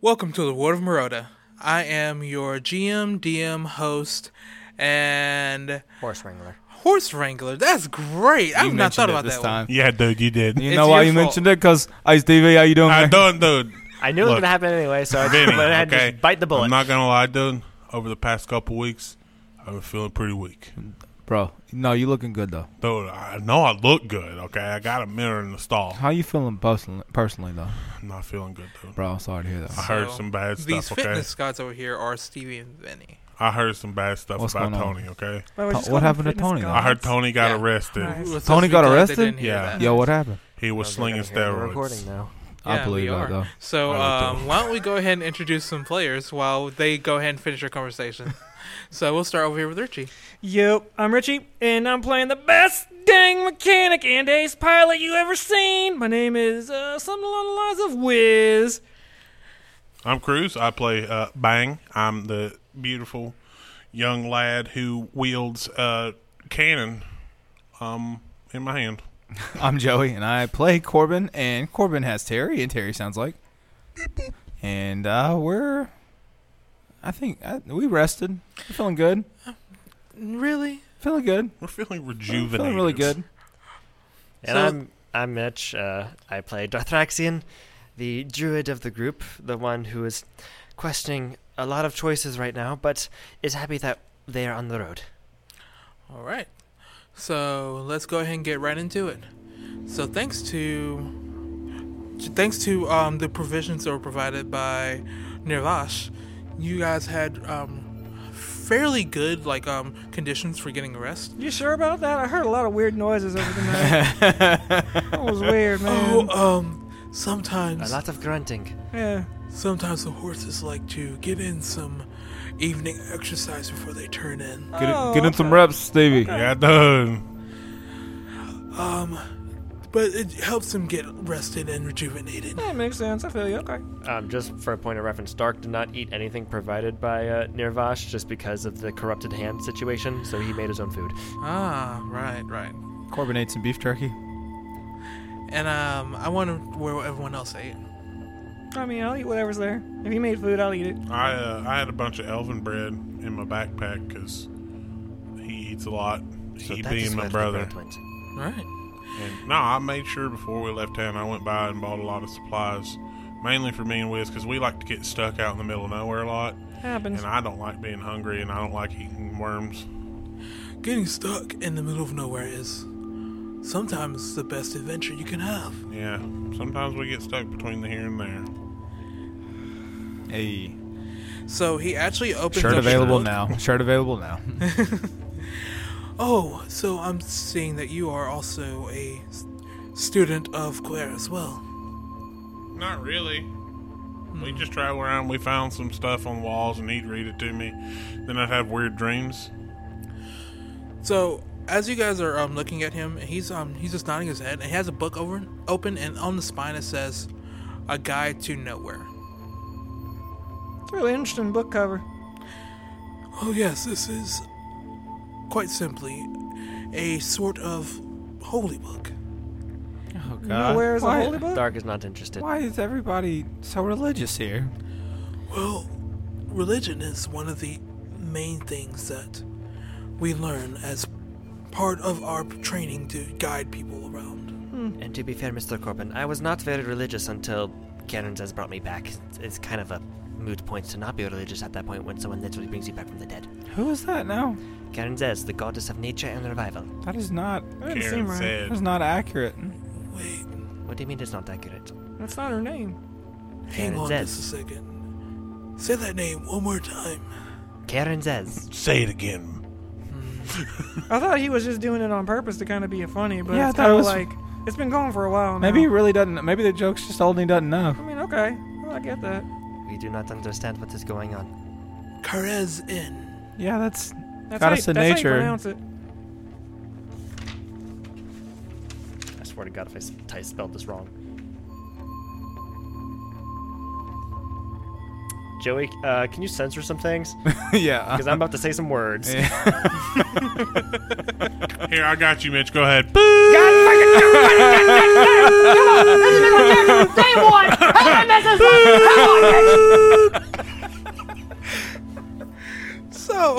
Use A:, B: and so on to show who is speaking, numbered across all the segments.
A: Welcome to the World of Moroda. I am your GM, DM, host, and
B: Horse wrangler.
A: horse wrangler. That's great. I've not thought about
C: this
A: that
C: time.
D: Yeah, dude, you did.
C: You
A: It's
C: know why
A: your
C: you
A: fault.
C: mentioned it? Because Ice TV, how you doing?
D: I
C: man?
D: don't, dude.
B: I knew it was
D: Look,
B: gonna happen anyway, so I just
D: Vinny,
B: went ahead and
D: okay?
B: just bite the bullet.
D: I'm not gonna lie, dude. Over the past couple weeks, I've been feeling pretty weak.
C: Bro, no, you looking good though.
D: Dude, I know I look good. Okay, I got a mirror in the stall.
C: How you feeling personally, personally though?
D: I'm not feeling good, dude.
C: Bro, I'm sorry to hear
D: I
C: that.
D: heard
A: So,
D: some bad
A: one. These
D: stuff. Okay,
A: fitness guys over here are Stevie and Vinny.
D: I heard some bad stuff
C: What's
D: about
C: going on?
D: Tony. Okay,
C: What happened to Tony, though?
D: I heard Tony got
A: Yeah.
D: arrested.
A: We were supposed
C: Tony
A: to be
C: got
A: glad they
C: arrested?
A: didn't hear
D: Yeah.
A: that.
C: Yo, what happened?
D: He was slinging
B: We're recording
D: steroids.
B: now.
C: I
A: Yeah,
C: believe
A: we
C: that
A: are.
C: though.
A: So
D: I would
A: um, why don't we go ahead and introduce some players while they go ahead and finish their conversation. so we'll start over here with Richie.
E: Yep, I'm Richie, and I'm playing the best dang mechanic and ace pilot you ever seen. My name is uh, something along the lines of Wiz.
D: I'm Cruz. I play uh, Bang. I'm the beautiful young lad who wields a cannon um, in my hand.
C: I'm Joey, and I play Corbin, and Corbin has Terry, and Terry sounds like. And uh, we're, I think I, we rested. We're feeling good.
A: Really?
C: Feeling good.
D: We're feeling
C: Feeling
D: rejuvenated.
C: really good.
B: And
A: So-
B: I'm I'm Mitch. Uh, I play Dothraxian, the druid of the group, the one who is questioning a lot of choices right now, but is happy that they are on the road.
A: All right. So let's go ahead and get right into it. So thanks to thanks to um, the provisions that were provided by Nirvash, you guys had um, fairly good like um, conditions for getting rest.
E: You sure about that? I heard a lot of weird noises over the night. that was weird, man.
A: Oh, um,
B: A
A: sometimes
B: lot of grunting.
E: Yeah.
A: sometimes the horses like to get in some evening exercise before they turn in.
C: Get,
E: Oh,
C: it, get in some
E: okay.
C: reps, Stevie.
D: Yeah, dude.
A: But it helps them get rested and rejuvenated.
E: That makes sense. I feel you. Okay.
B: Um, just for a point of reference, Dark did not eat anything provided by uh, Nirvash just because of the corrupted hand situation, so he made his own food.
A: Ah, right, right.
C: Corbin ate some beef turkey.
A: And um, I wonder where everyone else ate.
E: I mean, I'll eat whatever's there. If you made food, I'll eat it.
D: I uh, I had a bunch of elven bread in my backpack because he eats a lot.
B: So
D: he
B: that is
D: being my
B: where the
D: brother.
B: grunt went.
A: All right.
D: And no, I made sure before we left town, I went by and bought a lot of supplies, mainly for me and Wiz because we like to get stuck out in the middle of nowhere a lot,
E: Happens.
D: and I don't like being hungry and I don't like eating worms.
A: Getting stuck in the middle of nowhere is sometimes the best adventure you can have.
D: Yeah, sometimes we get stuck between the here and there.
C: Hey,
A: So he actually opens
C: shirt
A: up
C: available
A: his book.
C: now. Shirt available now.
A: Oh, so I'm seeing that you are also a s- student of Claire as well.
D: Not really.
A: Hmm.
D: We just travel around. We found some stuff on walls, and he'd read it to me. Then I'd have weird dreams.
A: So as you guys are um, looking at him, he's um he's just nodding his head. And he has a book over open, and on the spine it says, "A Guide to Nowhere."
E: It's a really interesting book cover.
A: Oh, yes, this is quite simply a sort of holy book.
C: Oh
E: Nowhere is a
C: Why-
E: holy book.
B: Dark is not interested.
C: Why is everybody so religious here?
A: Well, religion is one of the main things that we learn as part of our training to guide people around.
B: And to be fair, Mr. Corbin, I was not very religious until Karen's has brought me back. It's- It's kind of a moot point to not be religious at that point when someone literally brings you back from the dead.
C: Who is that now?
B: Karen says, the goddess of nature and revival.
C: That is not.
E: That doesn't seem right.
C: That is not accurate.
A: Wait,
B: What do you mean it's not accurate?
E: That's not her name.
A: hang
B: Karen
A: on
B: says.
A: just a second. Say that name one more time.
B: Karen says,
D: Say it again.
E: I thought he was just doing it on purpose to kind of be funny, but
C: Yeah, I
E: it's
C: thought it
E: kind of
C: was-
E: like it's been going for a while now.
C: Maybe he really doesn't. Maybe the joke's just old and he doesn't know.
E: I mean, okay. Well, I get that.
B: we do not understand what is going on.
A: Karez in.
C: Yeah, that's.
E: That's
C: Goddess
E: how,
C: of
E: you- that's how you
C: nature.
E: pronounce it.
B: I swear to God, if I s- I spelled this wrong. Joey, uh, can you censor some things?
C: yeah.
B: Because I'm about to say some words.
D: Here, I got you, Mitch. Go ahead.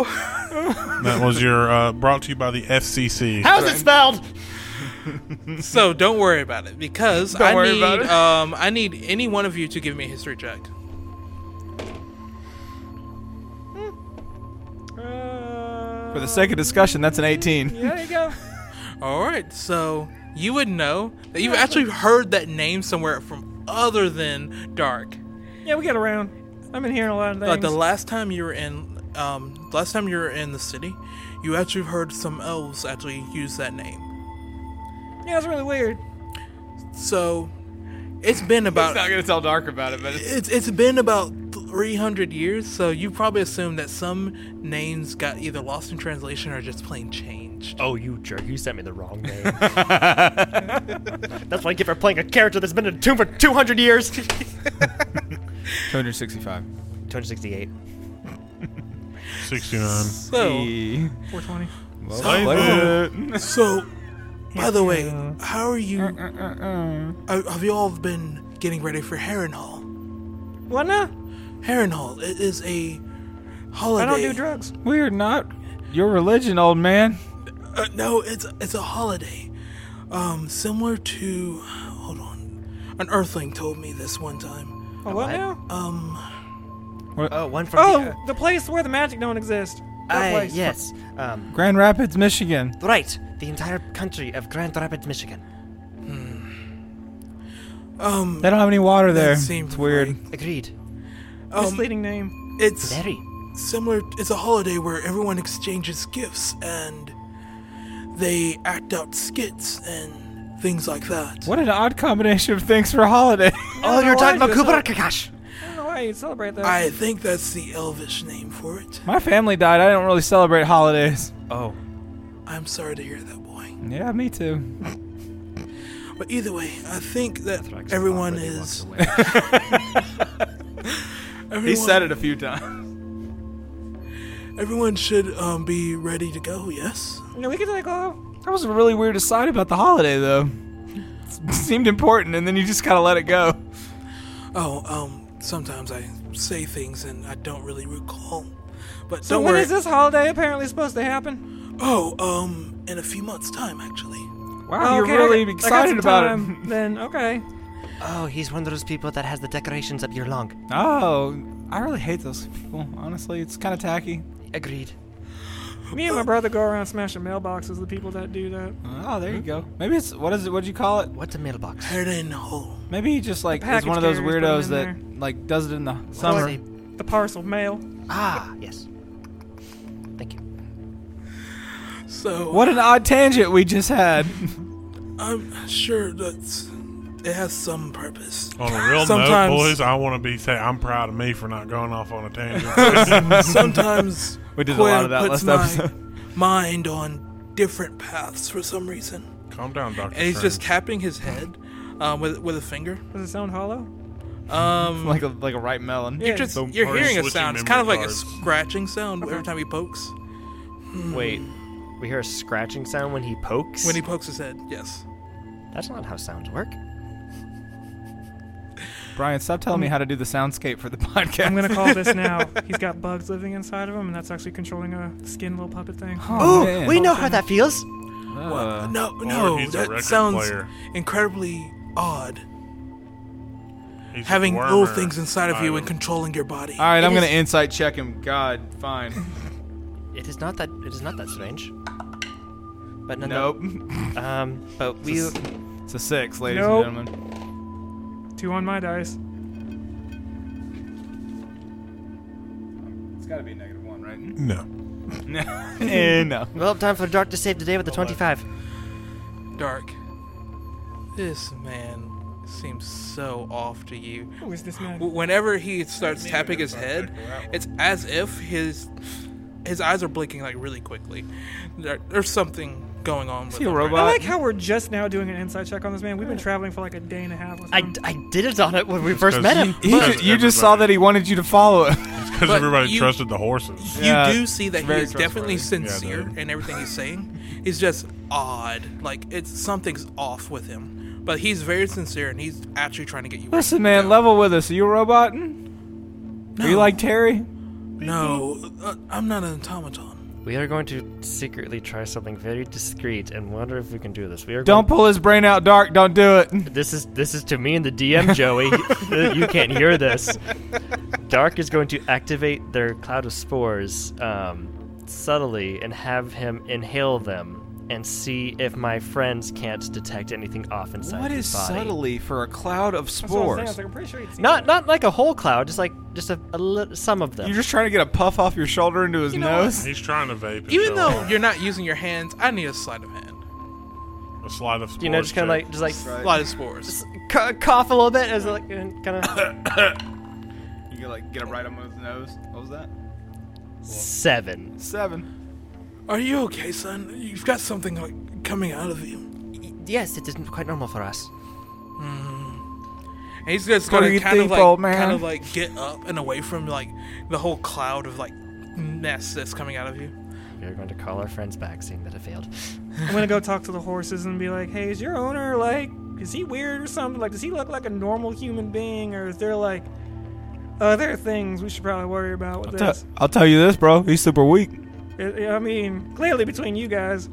D: was your uh, brought to you by the FCC.
B: How's it spelled?
A: So don't worry about it because
B: Don't
A: I
B: worry
A: need
B: about it.
A: um I need any one of you to give me a history check.
E: Uh,
C: For the sake of discussion, that's an 18.
E: yeah, there you go.
A: All right, so you would know that you've actually heard that name somewhere from other than Dark.
E: Yeah, we get around. I've been hearing a lot of things.
A: Like the last time you were in um last time you were in the city, you actually heard some elves actually use that name.
E: yeah, it's really weird.
A: So it's been about
C: gonna tell Dark about it, but it's
A: It's it's been about 300 years, so you probably assume that some names got either lost in translation or just plain changed.
B: Oh, you jerk! You sent me the wrong name. That's what I get for playing a character that's been in a tomb for 200 years.
C: 265.
B: 268.
D: 69.
A: So,
E: 420.
D: Save
A: so by the way, how are you?
E: Mm,
A: Are, have you all been getting ready for Harrenhal?
E: What now?
A: Harrenhal it is a holiday.
E: I don't do drugs.
C: We're not your religion, old man.
A: Uh, no, it's it's a holiday, um, similar to. Hold on, an Earthling told me this one time.
E: Oh, what
B: what?
E: now?
A: Um,
B: Oh, one from the.
E: Oh, the place where the magic don't exist. That
B: I,
E: place.
B: yes. Um,
C: Grand Rapids, Michigan.
B: right. The entire country of Grand Rapids, Michigan.
A: um,
C: They don't have any water there.
A: seemed
C: It's weird.
A: like-
B: Agreed.
A: um,
E: Misleading name.
A: it's
B: Very.
A: similar it's a holiday where everyone exchanges gifts and they act out skits and things like that
C: What an odd combination of things for a holiday.
B: Oh,
E: no,
B: you're talking
E: I
B: about
E: just-
B: Kubra Kakash.
E: I don't know why you celebrate that.
A: i think that's the elvish name for it
C: My family died. I don't really celebrate holidays.
B: Oh.
A: i'm sorry to hear that boy
C: Yeah, me too.
A: but either way i think that everyone is everyone,
C: it a few times.
A: everyone should um, be ready to go yes
E: no, we can take off.
C: That was a really weird aside about the holiday, though. It seemed important, and then you just kind of let it go.
A: oh um sometimes i say things and i don't really recall but
E: So
A: don't
E: when
A: worry
E: is this holiday apparently supposed to happen?
A: oh um in a few months time actually
C: Wow,
E: Oh, okay,
C: you're really
E: I got- I got
C: excited
E: some
C: about
E: time Then okay.
B: Oh, he's one of those people that has the decorations up year long.
C: it. Oh, I really hate those people. Honestly, it's kind of tacky.
B: Agreed.
E: Me and my brother go around smashing mailboxes. The people that do that.
C: Oh, there you go. Maybe it's what is it? What'd you call it?
B: What's a mailbox?
A: Harden Hall.
C: Maybe he just like is
E: package
C: one of those
E: carriers, put
C: weirdos
E: 'em in
C: that like does it in the
B: What's
C: summer.
B: a-
E: The parcel mail.
B: Ah, yes. Thank you.
A: So
C: What an odd tangent we just had.
A: I'm sure that's it has some purpose.
D: On a real note,
A: Sometimes-
D: boys, I want to be say I'm proud of me for not going off on a tangent.
A: Sometimes
C: We did a
A: Quinn
C: lot of that
A: puts
C: last
A: my mind on different paths for some reason,
D: Calm down, Doctor.
A: and he's just tapping his head um, with with a finger.
E: Does it sound hollow?
A: Um,
C: like a like a ripe melon.
A: you're just
D: Don't
A: you're
D: burn
A: hearing a
D: switching
A: sound. It's
D: memory
A: kind of like
D: cards.
A: a scratching sound every time he pokes.
B: Wait. We hear a scratching sound Mm. when he pokes?
A: When he pokes his head, yes.
B: That's not how sounds work.
C: Brian, stop telling me how to do the soundscape for the podcast.
E: I'm gonna call this now. He's got bugs living inside of him, and that's actually controlling a skin little puppet thing.
C: Oh,
B: Ooh,
C: man.
B: we know how that feels.
C: Uh,
A: no, no,
D: he's a
A: that
D: record
A: sounds
D: player.
A: incredibly odd. Having little things inside of you and controlling your body.
C: all right, I'm
B: It
C: gonna
B: is-
C: insight check him. God, fine.
B: It is not that it is not that strange. But none
C: nope.
B: um but we
C: It's a, s- it's a six, ladies
E: Nope.
C: and gentlemen.
E: Two on my dice.
C: It's gotta be negative one, right?
D: No.
C: eh, no.
B: Well time for Dark to save the day with the twenty five.
A: Dark, this man seems so off to you.
E: Who is this
A: W-
E: man?
A: Whenever he starts tapping his head, it's as if his his eyes are blinking like really quickly. There, there's something going on. With
C: he a
A: him right
E: I
C: robot?
E: like how we're just now doing an inside check on this man. We've been traveling for like a day and a half. With
B: I,
E: him.
B: I did it on it when we first met him.
C: He ju- you just saw that he wanted you to follow it.
D: because
A: But
D: everybody
A: you-
D: trusted the horses.
A: now.
C: Yeah,
A: you do see that he
C: it's very
A: is definitely
D: trustworthy. Yeah,
A: sincere
D: dude.
A: in everything he's saying. He's just odd. Like it's something's off with him. But he's very sincere and he's actually trying to get you. where
C: Listen,
A: you
C: man,
A: go.
C: level with us. Are you a robot? Are you like Terry?
A: No, uh, I'm not an automaton.
B: We are going to secretly try something very discreet and wonder if we can do this. We are
C: Don't pull his brain out, Dark. Don't do it.
B: Going- this is this is to me and the DM, Joey. you can't hear this. Dark is going to activate their cloud of spores um, subtly and have him inhale them and see if my friends can't detect anything off inside
C: What
B: his
C: is
B: body.
C: subtly for a cloud of
E: That's what I was saying. I was
C: spores?
E: like, I'm pretty sure you'd seen
B: Not
E: it.
B: not like a whole cloud, just like just a, a li- some of them.
C: You're just trying to get a puff off your shoulder into his
A: You know what?
C: nose.
D: He's trying to vape.
A: Even
D: himself.
A: though you're not using your hands, I need a sleight of hand.
D: a slide of
B: you know, just kind of like just like
C: Right.
A: Sleight of spores.
B: s- c- cough a little bit as like kind of
C: You can like get it right on his nose. What was that?
B: seven.
C: Seven.
A: Are you okay, son? You've got something like coming out of you.
B: Yes, it isn't quite normal for us.
A: And he's just
C: What do
A: gonna
C: you
A: kind of
C: think,
A: like
C: old man?
A: kind of like get up and away from like the whole cloud of like mess that's coming out of you.
B: We are going to call our friends back, seeing that it failed.
E: I'm gonna go talk to the horses and be like, "Hey, is your owner like? Is he weird or something? Like, does he look like a normal human being, or is there like other things we should probably worry about with
C: I'll,
E: this?
C: t- I'll tell you this, bro. He's super weak.
E: I- I mean, clearly between you guys,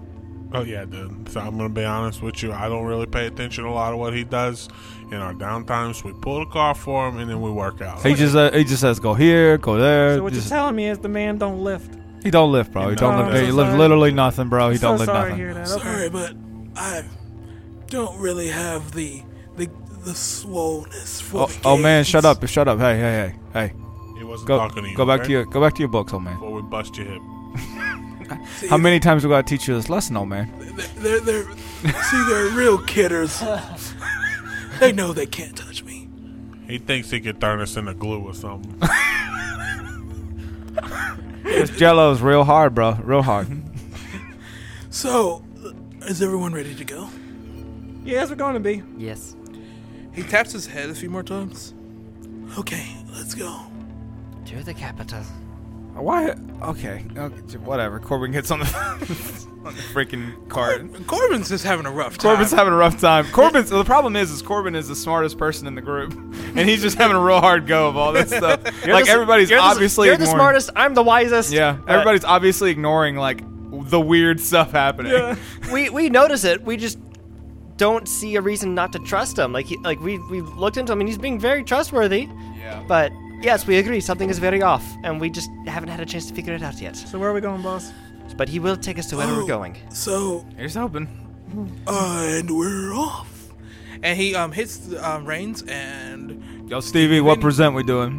C: Uh,
D: Oh yeah, dude. So I'm gonna be honest with you. I don't really pay attention to a lot of what he does in our downtimes. We pull the car for him, and then we work out.
C: He just uh, he just says go here, go there.
E: so what
C: just-
E: you're telling me is the man don't lift.
C: he don't lift, bro. He
D: No,
C: don't
D: I'm
C: lift.
D: so
C: he lift
E: sorry.
C: literally nothing, bro. He
E: so
C: don't lift
E: sorry
C: nothing.
E: to hear that. Okay.
A: Sorry, but I don't really have the the the swollenness for.
C: Oh,
A: the
C: oh, man,
A: games.
C: shut up! Shut up! Hey, hey, hey, hey!
D: He wasn't
C: Go,
D: talking to you.
C: go back
D: okay?
C: to your, go back to your books, old man.
D: before we bust your hip.
A: See,
C: How many times we gotta teach you this lesson, old man?
A: They're, they're, they're- see, they're real kidders. they know they can't touch me.
D: He thinks he could turn us into glue or something.
C: This Jello's real hard, bro. Real hard.
A: So, is everyone ready to go?
E: Yeah, that's what going to be.
B: Yes.
A: He taps his head a few more times. Okay, let's go.
B: To the capital.
C: Why? Okay, okay, j- whatever. Corbin gets on the on the freaking cart.
A: Corbin's just having a rough time.
C: Corbin's having a rough time. Corbin's well, the problem is is Corbin is the smartest person in the group, and he's just having a real hard go of all this stuff. like everybody's obviously
B: you're the
C: ignoring-
B: smartest. I'm the wisest.
C: Yeah,
B: Uh,
C: everybody's obviously ignoring like the weird stuff happening.
E: Yeah.
B: we we notice it. We just don't see a reason not to trust him. Like he, like we we looked into him and he's being very trustworthy.
C: Yeah.
B: But yes, we agree something is very off, and we just haven't had a chance to figure it out yet.
E: So where are we going, boss?
B: But he will take us to where
C: Oh.
B: we're going.
A: So,
C: Here's hoping.
A: and we're off. And he um hits the um, reins and
C: Yo, Stevie, what present we doing?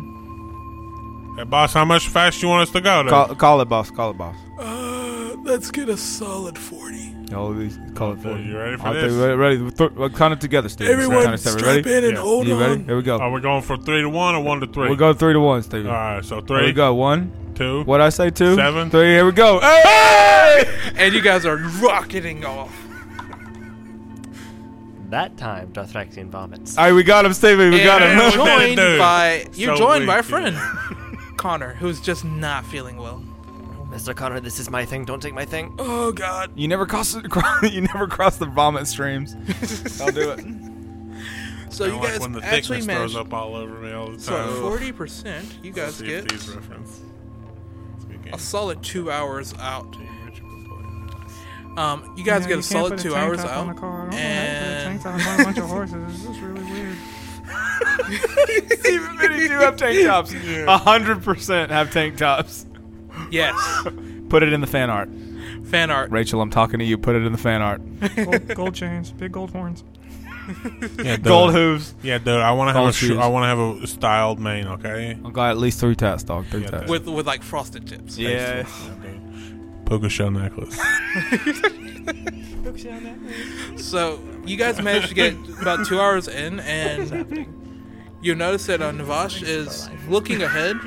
D: hey, boss, how much fast you want us to go? There?
C: Call, call it, boss. Call it, boss.
A: uh, let's get a solid forty.
C: Yo, we- call it for
D: You ready for
C: I'll
D: this?
C: do- Ready? ready. We'll th- we'll count it together, Stevie. count
A: Everyone,
C: it together.
A: strap
C: ready?
A: in and
D: Yeah.
A: hold
C: You
A: on.
C: ready? Here we go.
D: Are we going for three to one or one to three?
C: we go three to one, Stevie.
D: All right, so
C: Here we
D: three,
C: go. One.
D: two.
C: What I say? Two.
D: Seven.
C: Three. Here we go. Hey!
A: And you guys are rocketing off.
B: That time, Dothraxian vomits.
C: All right, we got him, Stevie. We got
A: And
D: Yeah.
C: him.
A: You're joined
D: Dude,
A: by you're
D: so
A: joined by a
D: weak, dude.
A: friend, Connor, who's just not feeling well.
B: Mr. Ah. Connor, this is my thing. Don't take my thing.
A: Oh God!
C: You never cross. The, you never cross the vomit streams. I'll do it.
A: So
D: Kinda
A: you
D: like
A: guys
D: when the
A: actually
D: thickness
A: managed.
D: throws up all over me all the time.
A: So forty percent, you guys
D: See if
A: get
D: these reference.
A: a solid two hours out.
D: It's
A: Um, you guys
E: Yeah,
A: get a
E: you can't
A: solid
E: put a
A: two
E: tank
A: hours
E: top on a
A: out,
E: car. I don't
A: and
E: like putting a tank top on a bunch of horses. It's just really weird.
C: Even many do have tank tops. A hundred percent have tank tops.
A: yes,
C: Put it in the fan art,
A: fan art.
C: Rachel. I'm talking to you. Put it in the fan art.
E: Gold, gold chains, big gold horns.
D: yeah, dude.
C: Gold hooves.
D: Yeah, dude. I want to have
C: Gold
D: a sh-
C: shoes.
D: I want to have a styled mane. Okay.
C: I got at least three tats, dog. Three
D: Yeah,
C: tats.
A: With, with like frosted tips.
C: yeah.
D: Puka shell necklace.
A: So you guys managed to get about two hours in, and you notice that uh, Navash is looking ahead.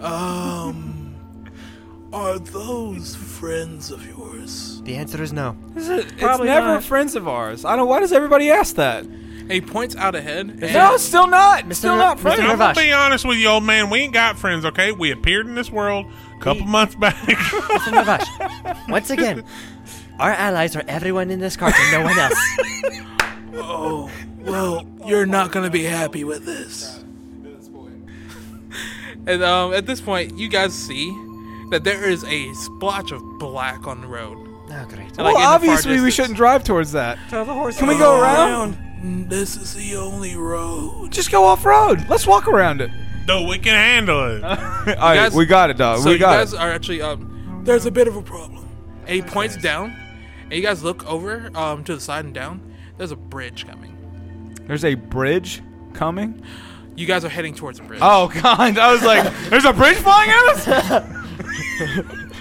A: Um, are those friends of yours?
B: The answer is no.
C: It's
E: Probably
C: never
E: not.
C: friends of ours. I don't. Why does everybody ask that?
A: And he points out ahead. And
C: No, still not. Still
B: Ner-
C: not
B: Mr.
C: friends.
D: I'm
B: Nirvash.
D: gonna be honest with you, old man. We ain't got friends. Okay, we appeared in this world a couple months back.
B: Mr. Nirvash, once again, our allies are everyone in this cart and no one else.
A: Oh, well, you're not gonna be happy with this. And um, at this point, you guys see that there is a splotch of black on the road.
B: Oh,
A: Like,
B: great.
A: in the
C: well,
A: far
C: obviously we
A: distance.
C: shouldn't drive towards that.
E: Tell the horse.
C: Can
E: to
C: we go
E: go
C: around?
A: Mm, This is the only road.
C: Just go off road. Let's walk around it.
D: No, we can handle it.
C: All right,
A: guys-
C: we got it, dog.
A: So
C: we
A: you
C: got
A: guys
C: it.
A: are actually um. There's a bit of a problem. And he points down, and you guys look over um to the side and down. There's a bridge coming.
C: There's a bridge coming.
A: You guys are heading towards a bridge.
C: Oh God! I was like, "There's a bridge flying at us!"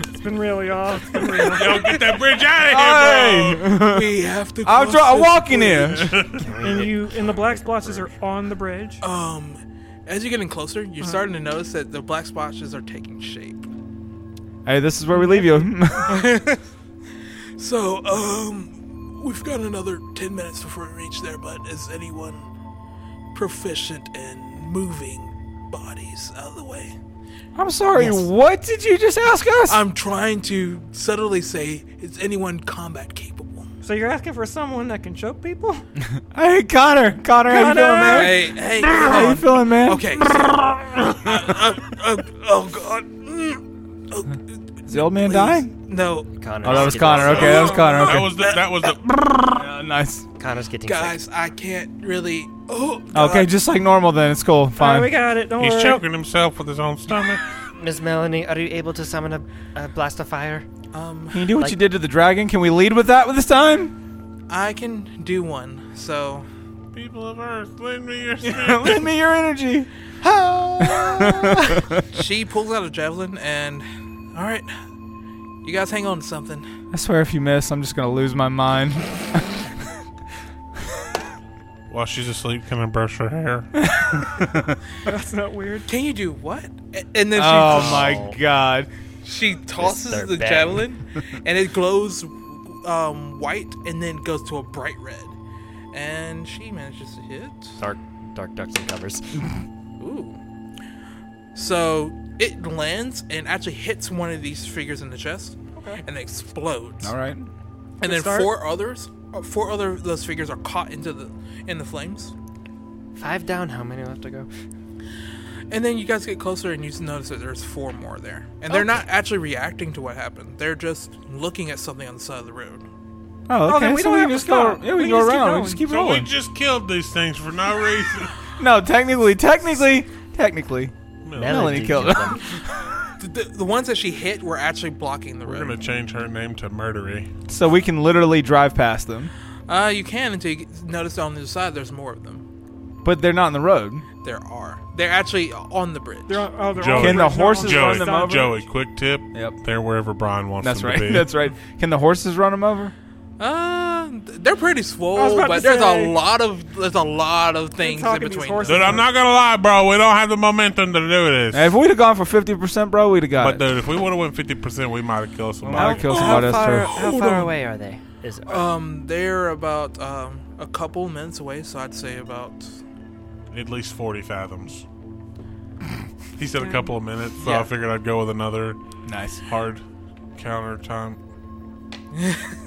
E: It's been really off. It's been real.
D: Yo, get that bridge out of here,
C: Hey,
D: bro.
A: we have to.
C: I'm,
A: cross
C: dri- I'm
A: this
C: walking here.
E: and you and the black splotches are on the bridge.
A: Um, as you're getting closer, you're starting to notice that the black splotches are taking shape.
C: Hey, this is where we leave you.
A: So, um, we've got another 10 minutes before we reach there, but is anyone proficient in moving bodies out of the way?
C: I'm sorry. What did you just ask us?
A: I'm trying to subtly say, is anyone combat capable?
E: So you're asking for someone that can choke people?
C: hey, Connor. Connor, how you feeling, man?
A: Hey, hey,
C: How you feeling, man?
A: Okay. so- Uh, uh, uh, oh, God. Mm. Oh,
C: Is the old man
A: please.
C: dying?
A: No,
B: Connor's
C: Oh, that was
B: getting
C: Connor.
B: upset.
C: Okay, that was Connor. Okay.
D: That was the. That was the.
C: Yeah, nice.
B: Connor's getting sick.
A: guys, I can't really. Oh, God.
C: Okay, just like normal then. It's cool.
E: Alright,
C: Fine.
E: we got it. Don't
D: He's
E: worry.
D: choking himself with his own stomach.
B: Miss Melanie, are you able to summon a, a blast of fire?
A: Um,
C: Can you do what
B: Like-
C: you did to the dragon? Can we lead with that this time?
A: I can do one, so.
D: People of Earth, lend me your strength.
C: Lend me your energy.
A: she pulls out a javelin and all right you guys hang on to something
C: I swear, if you miss, I'm just gonna lose my mind.
D: While she's asleep, can I brush her hair?
E: That's not weird.
A: can you do what A- and then she
C: oh
A: just-
C: my god.
A: she tosses
B: Mr.
A: the
B: Bang.
A: javelin and it glows um, white and then goes to a bright red and she manages to hit
B: Dark, dark ducks and covers.
A: ooh so it lands and actually hits one of these figures in the chest and explodes
C: All right.
A: and then
E: start.
A: four others uh, four other of those figures are caught into the in the flames
B: Five down. How many left to go?
A: And then you guys get closer and you just notice that there's four more there. And they're not actually reacting to what happened. They're just looking at something on the side of the road.
C: Oh, okay.
E: then we
C: so
E: don't
C: we
E: have
C: can
E: to
C: just go.
E: stop.
C: Yeah, we,
E: We
C: can
E: can
C: go
E: just keep
C: around. We
E: going.
C: just keep
D: so we
C: rolling.
D: just killed these things for no reason.
C: No, technically, technically, technically, Melanie killed
B: killed
C: him.
A: The, the, the ones that she hit were actually blocking the
D: We're gonna
A: road.
D: change her name to Murdery.
C: so we can literally drive past them,
A: Uh, you can until you get- notice on the other side there's more of them.
C: but they're not on the road.
A: There are. They're actually on the bridge.
E: They're on, oh, they're
D: Joey.
E: on
D: Can the
E: bridge, they're on
C: horses
E: the
D: Joey,
C: run them
E: side.
C: over?
D: Joey, quick tip.
C: Yep.
D: They're wherever Brian wants
C: That's
D: them
C: right.
D: to be.
C: That's right. Can the horses run them over?
A: Uh, they're pretty
E: was
A: swole,
E: about
A: but
E: to
A: there's
E: say-
A: a lot of there's a lot of things in
E: talking these
A: between.
E: horses.
D: Dude, I'm not gonna lie, bro. We don't have the momentum to do this.
C: Hey, if we'd have gone for fifty percent, bro, we'd have got
D: but
C: it.
D: dude, if we would have went fifty percent, we might have killed
C: Might
D: somebody.
C: have killed somebody else
B: far,
C: too.
B: how
A: Hold
B: far
A: on.
B: away are they? Is
A: Um, they're about um a couple minutes away, so I'd say about
D: At least forty fathoms. he said a couple of minutes, so I
A: Yeah.
D: figured I'd go with another
C: Nice.
D: hard counter time.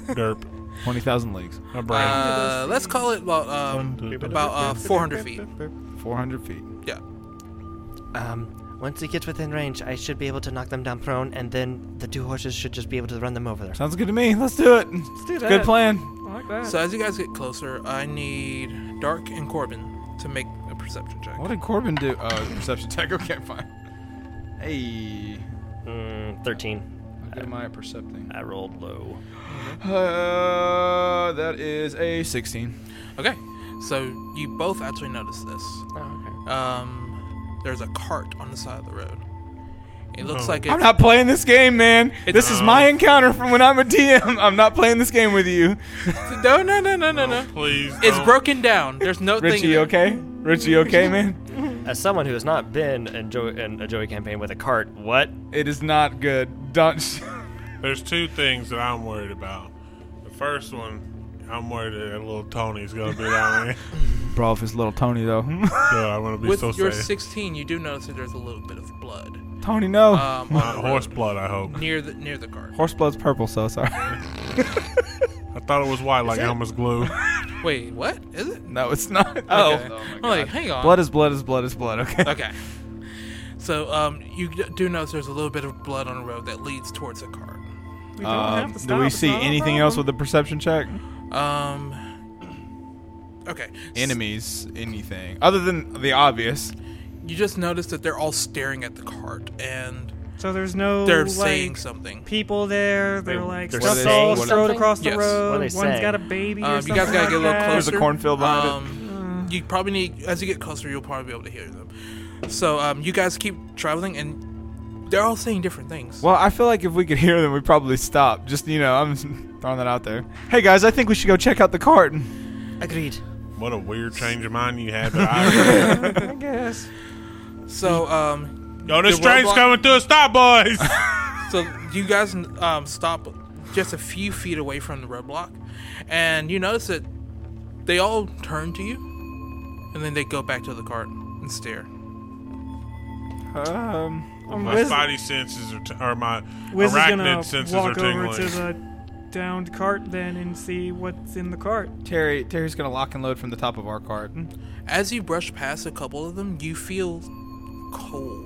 D: Derp.
C: Twenty thousand leagues,
D: My brain.
A: uh, let's call it about um about uh 400 feet.
B: Uh,
C: four hundred feet.
A: Yeah.
B: um, once we get within range, I should be able to knock them down prone, and then the two horses should just be able to run them over there.
C: Sounds good to me. Let's do it.
E: Let's do that.
C: Good plan.
E: I like that.
A: So as you guys get closer, I need Dark and Corbin to make a perception check.
C: What did Corbin do? Oh, perception check. Okay, fine. Hey,
B: Mm, Thirteen.
C: how good am I at percepting?
B: I rolled low.
C: Uh, that is a sixteen.
A: Okay. So you both actually notice this. Um, there's a cart on the side of the road. It looks like it's
C: I'm not playing this game, man. This is
A: It's-
C: my encounter from when I'm a DM. I'm not playing this game with you.
A: no no no no no no.
D: Please.
A: It's
D: don't.
A: broken down. There's no
C: Richie,
A: thing.
C: you okay? Richie, you okay, man?
B: As someone who has not been in, jo- in a Joey campaign with a cart, what?
C: It is not good. Don't.
D: There's two things that I'm worried about. The first one, I'm worried that little Tony's gonna be down there.
C: Bro, if it's little Tony though.
D: Yo, I'm gonna be
A: With
D: so
A: your
D: sad.
A: 16, you do notice that there's a little bit of blood
C: Tony, no.
A: um, on
D: Not
A: the
D: Uh, horse
A: road,
D: blood, I hope.
A: near the near the cart.
C: Horse blood's purple, so sorry.
D: I thought it was white, like Elmer's glue.
A: Wait, what is it?
C: no, it's not.
A: Oh,
C: Okay.
A: I'm like, hang on.
C: Blood is blood is blood is blood. Okay.
A: Okay. So um, you d- do notice there's a little bit of blood on the road that leads towards a cart.
E: We don't
C: Uh,
E: have to stop.
C: do we
E: It's
C: see
E: not a
C: anything else
E: problem.
C: with the perception check?
A: Um, okay.
C: Enemies, anything other than the obvious?
A: You just notice that they're all staring at the cart and
E: So there's no
A: they're
E: Oh, like,
A: saying something.
E: people there. They're
B: Wait,
E: like
B: they're
E: stuff's
C: saying
E: all
C: something?
E: strode across the
A: Yes.
E: road.
B: What are
E: One's
B: they saying?
E: got a baby. or
A: Um, you guys
E: something
A: gotta get a
E: like
A: little
E: that.
A: closer.
C: There's a cornfield behind it.
A: um, You probably need as you get closer, you'll probably be able to hear them. So um, you guys keep traveling, and they're all saying different things.
C: Well, I feel like if we could hear them, we'd probably stop. Just you know, I'm just throwing that out there. Hey guys, I think we should go check out the cart.
B: Agreed.
D: What a weird change of mind you had. But I,
E: I guess.
A: So um,
D: Yo, this
A: The
D: train's
A: robot-
D: coming to a stop, boys.
A: so you guys um, stop just a few feet away from the roadblock, and you notice that they all turn to you, and then they go back to the cart and stare.
C: Um,
E: Um,
D: my
E: Wiz,
D: spidey senses are, t- or my
E: Wiz is
D: arachnid
E: gonna
D: senses are
E: walk over
D: tingling.
E: to the downed cart then and see what's in the cart.
C: Terry, Terry's gonna lock and load from the top of our cart.
A: As you brush past a couple of them, you feel cold.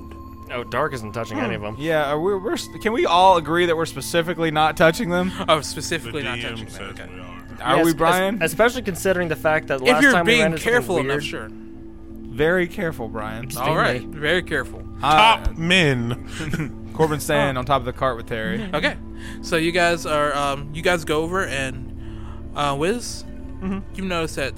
B: Oh, Dark isn't touching any of them.
C: Yeah, are we, we're. s- Can we all agree that we're specifically not touching them?
A: Oh,
D: the
A: specifically not
D: DM
A: touching
D: says
A: that. Okay.
D: we are.
C: Are
B: Yes,
C: we,
B: es-
C: Brian?
B: especially considering the fact that last
A: If you're
B: time we ran
A: being
B: into something
A: careful
B: weird,
A: enough, sure.
C: Very careful, Brian.
A: All right, very careful.
C: Uh,
D: Top men.
C: Corbin standing on top of the cart with Terry.
A: Okay, so you guys are um, you guys go over and uh, Wiz,
B: Mm-hmm.
A: you notice that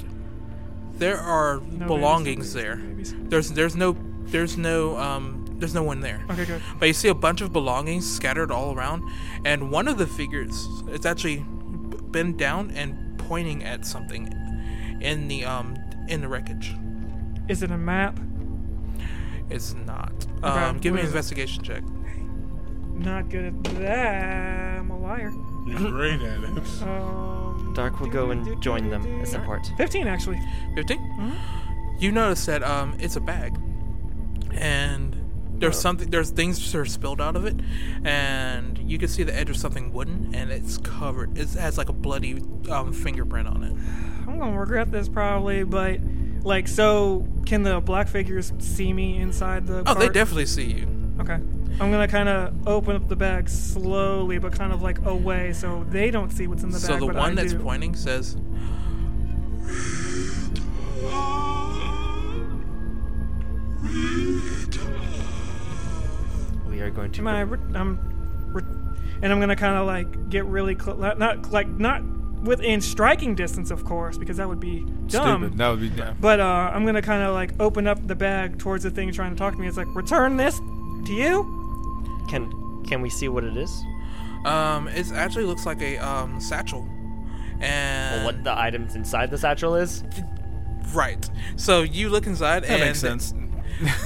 A: there are
E: No
A: belongings there.
E: babies, no
A: There's there's no there's no um, there's no one there.
E: Okay, good.
A: But you see a bunch of belongings scattered all around, and one of the figures it's actually b- bent down and pointing at something in the um in the wreckage.
E: Is it a map?
A: It's not. Um, give me
E: what
A: an
E: is it?
A: investigation check.
E: Not good at that. I'm a liar.
D: You're great at it.
E: Um,
B: Dark will go and join them as support.
E: Fifteen actually.
A: 15 you notice that um, it's a bag and there's something there's things that are spilled out of it and you can see the edge of something wooden and it's covered it has like a bloody um, fingerprint on it
E: I'm gonna regret this probably, but like, so can the black figures see me inside the?
A: oh they
E: cart?
A: definitely see you
E: Okay. I'm gonna kind of open up the bag slowly, but kind of like away, so they don't see what's in the
A: so
E: bag.
A: the
E: but
A: one
E: I
A: that's
E: do.
A: pointing says
B: we are going to.
E: Am I? Re- I'm. Re- and I'm gonna kind of like get really close, not like not within striking distance, of course, because that would be dumb.
C: Stupid. That would be dumb.
E: But uh, I'm gonna kind of like open up the bag towards the thing trying to talk to me. It's like, return this to you.
B: can can we see what it is?
A: um, it actually looks like a um, satchel
C: Uh.
A: and
B: What the items inside the satchel is?
A: right so you look inside
C: That
A: and
C: makes sense.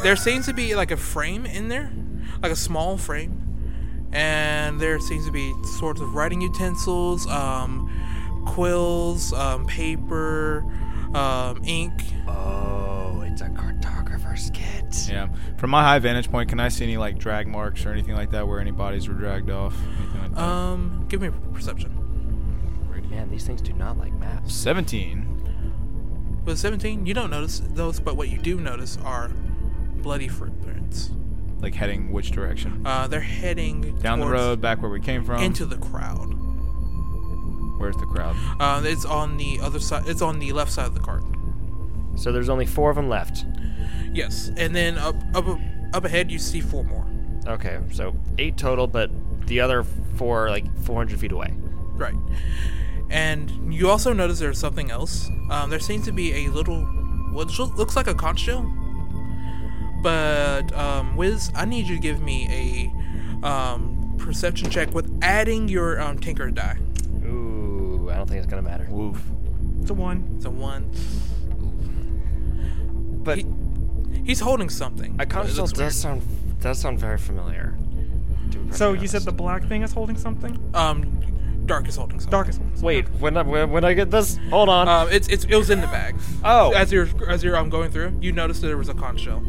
A: there seems to be like a frame in there, like a small frame, and there seems to be sorts of writing utensils, um, quills, um, paper, um, ink.
B: Oh, it's a cartographer's kit.
C: Yeah. From my high vantage point, can I see any like drag marks or anything like that where any bodies were dragged off? Anything like that?
A: Um, give me a perception.
B: Man, these things do not like maps.
C: Seventeen.
A: With 17, you don't notice those, but what you do notice are bloody footprints.
C: Like heading which direction?
A: Uh, they're heading
C: Down the
A: towards-
C: road, back where we came from.
A: into the crowd.
C: Where's the crowd?
A: Uh, it's on the other side. It's on the left side of the cart.
B: So there's only four of them left.
A: Yes, and then up up up ahead, you see four more.
B: Okay, so eight total, but the other four are like 400 feet away.
A: Right. And you also notice there's something else. Um, there seems to be a little, what sh- looks like a conch shell. But, um, Wiz, I need you to give me a um, perception check with adding your um, Tinker die.
B: Ooh, I don't think it's gonna matter.
C: Woof.
E: It's a one.
A: It's a one.
B: But
A: He, he's holding something.
B: a
A: but it
B: conch shell
A: looks
B: does sound does sound very familiar. to be
E: So
B: perfectly
E: you said the
B: honest.
E: black thing is holding something.
A: weird. Um, Dark is holding something.
E: Darkest one.
B: Wait, when I when when I get this, hold on.
C: Uh,
A: Um, it's, it's it was in the bag.
B: Oh.
A: as you're as you're um, going through, you noticed that there was a conch shell.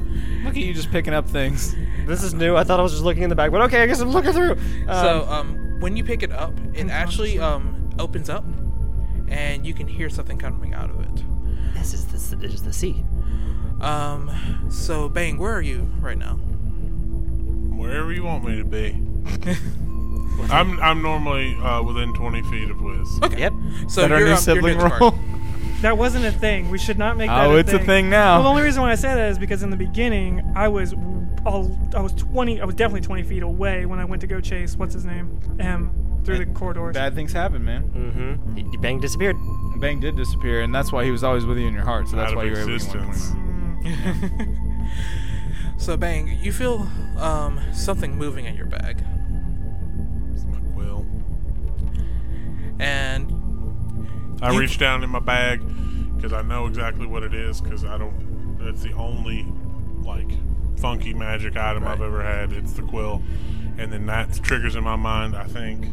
C: Look at you just picking up things.
B: this is new. I thought I was just looking in the back, but okay, I guess I'm looking through.
A: So
B: Um,
A: um, when you pick it up, it actually um, opens up, and you can hear something coming out of it.
B: this is the s- it is the sea.
A: Um, so Bang, where are you right now?
D: wherever you want me to be. I'm I'm normally uh, within 20 feet of Wiz.
B: Yep.
A: So
C: our
A: you're,
C: new
A: um, you're
C: sibling
A: near the
C: role?
A: park.
E: That wasn't a thing. We should not make that
C: Oh,
E: a
C: it's a
E: thing.
C: thing now.
E: Well, the only reason why I say that is because in the beginning, I was, all, I was 20, I was definitely 20 feet away when I went to go chase, what's his name? M, through the corridors.
C: Bad things happen, man.
B: Mm-hmm. He, bang disappeared.
C: Bang did disappear, and that's why he was always with you in your heart. So that's
D: Out
C: why
D: of
C: you were able to get one
D: existence.
C: point.
A: So bang, you feel um, something moving in your bag,
D: It's my quill.
A: and
D: I
A: You-
D: reach down in my bag because I know exactly what it is because I don't. That's the only like funky magic item I've
C: Right.
D: ever had. It's the quill, and then that triggers in my mind. I think.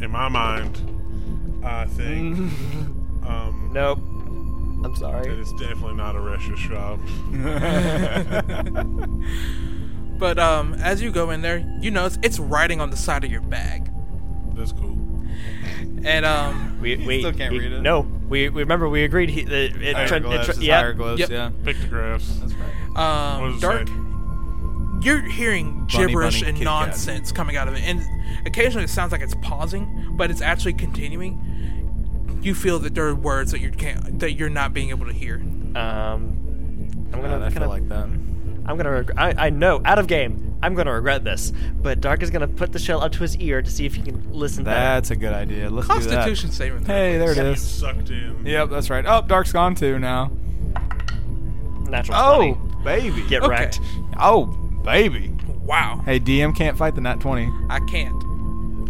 D: In my mind, I think um,
B: Nope. I'm
D: that
B: sorry.
D: it's definitely not a Russia shop.
A: but um, as you go in there, you notice it's writing on the side of your bag,
D: That's cool.
A: and um,
B: We,
C: You
B: we
C: still can't
B: we-
C: read it.
B: No. We, we remember we agreed. He, the it, it, tr- it,
C: Hieroglyphs
B: tr-
C: is
B: yeah.
C: hieroglyphs,
A: Yep.
C: yeah.
D: Pictographs.
C: That's right.
D: What does
A: um,
D: it
A: dark.
D: say?
A: You're hearing gibberish
C: bunny,
A: and
C: kitty cat.
A: nonsense coming out of it, and occasionally it sounds like it's pausing, but it's actually continuing. You feel that there are words that you can't, that you're not being able to hear.
B: Um, I'm gonna
C: God, I
B: kind
C: feel
B: of
C: like that.
B: I'm gonna. Reg- I, I know, out of game. I'm gonna regret this. But Dark is gonna put the shell up to his ear to see if he can listen. better.
C: That's a good idea. Let's do that.
A: Constitution saving throw.
C: Hey, there it
D: Get
C: is.
D: Sucked in.
C: Yep, that's right. Oh, Dark's gone too now.
B: natural.
C: Oh,
B: 20.
C: baby.
B: get
A: Okay.
B: wrecked.
C: Oh, baby.
A: Wow,
C: Hey, DM can't fight the nat 20.
A: I can't. Or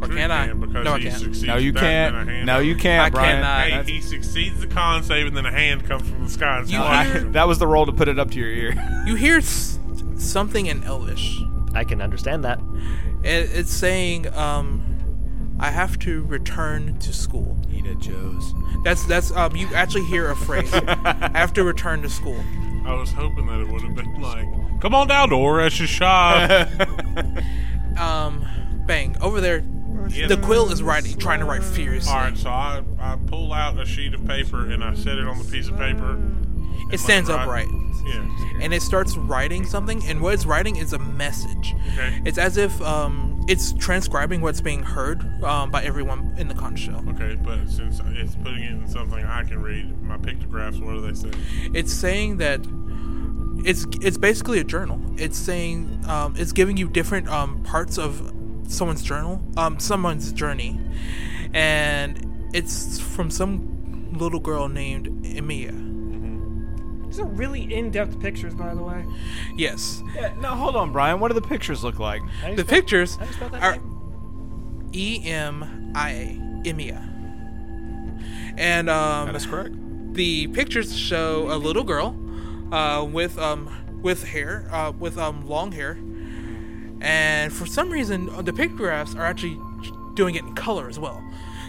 D: Sure
A: can
D: you
A: I?
D: Because
A: no, I
D: he
A: can't.
D: succeeds
C: No, you
D: that, then I
C: can't.
D: hand
C: No,
D: him.
C: you can't,
A: I
C: Brian.
A: cannot.
D: Hey,
C: That's-
D: he succeeds the con save, and then a hand comes from the sky. And
A: You
D: slaps
A: hear-
D: him.
C: that was the roll to put it up to your ear.
A: You hear s- something in Elvish.
B: I can understand that.
A: It, it's saying, um, "I have to return to school."
C: Eat at Joe's.
A: That's that's um. You actually hear a phrase. I have to return to school.
D: I was hoping that it would have been like, "Come on down to Oresh's shop."
A: Um, bang over there.
D: Yeah.
A: The quill is writing, trying to write furiously.
D: All right, so I, I pull out a sheet of paper and I set it on the piece of paper.
A: It stands
D: Like,
A: upright,
D: Yeah.
A: and it starts writing something. And what it's writing is a message.
D: Okay.
A: It's as if um, it's transcribing what's being heard um, by everyone in the conch shell.
D: Okay, but since it's putting it in something I can read, my pictographs, what do they say?
A: it's saying that it's it's basically a journal. It's saying um, it's giving you different um, parts of someone's journal, um, someone's journey, and it's from some little girl named Emiya.
E: These are really in depth pictures, by the way.
A: Yes,
C: Yeah, no, hold on, Brian. What do the pictures look like?
A: the pictures
B: you spell that
A: are E M I A Emiya, and um,
C: correct.
A: the pictures show a little girl uh, with um, with hair uh, with um, long hair and for some reason uh, the pictographs are actually doing it in color as well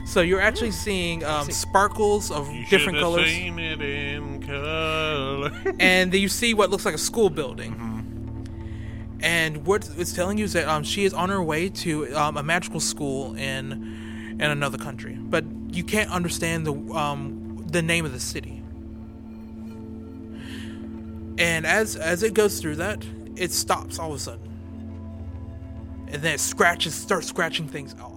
A: so you're actually seeing um, sparkles of
D: You
A: different
D: should've
A: colors
D: Seen it in color.
A: and then you see what looks like a school building and what it's telling you is that um, she is on her way to um, a magical school in in another country but you can't understand the um, the name of the city and as as it goes through that it stops all of a sudden and then it scratches starts scratching things off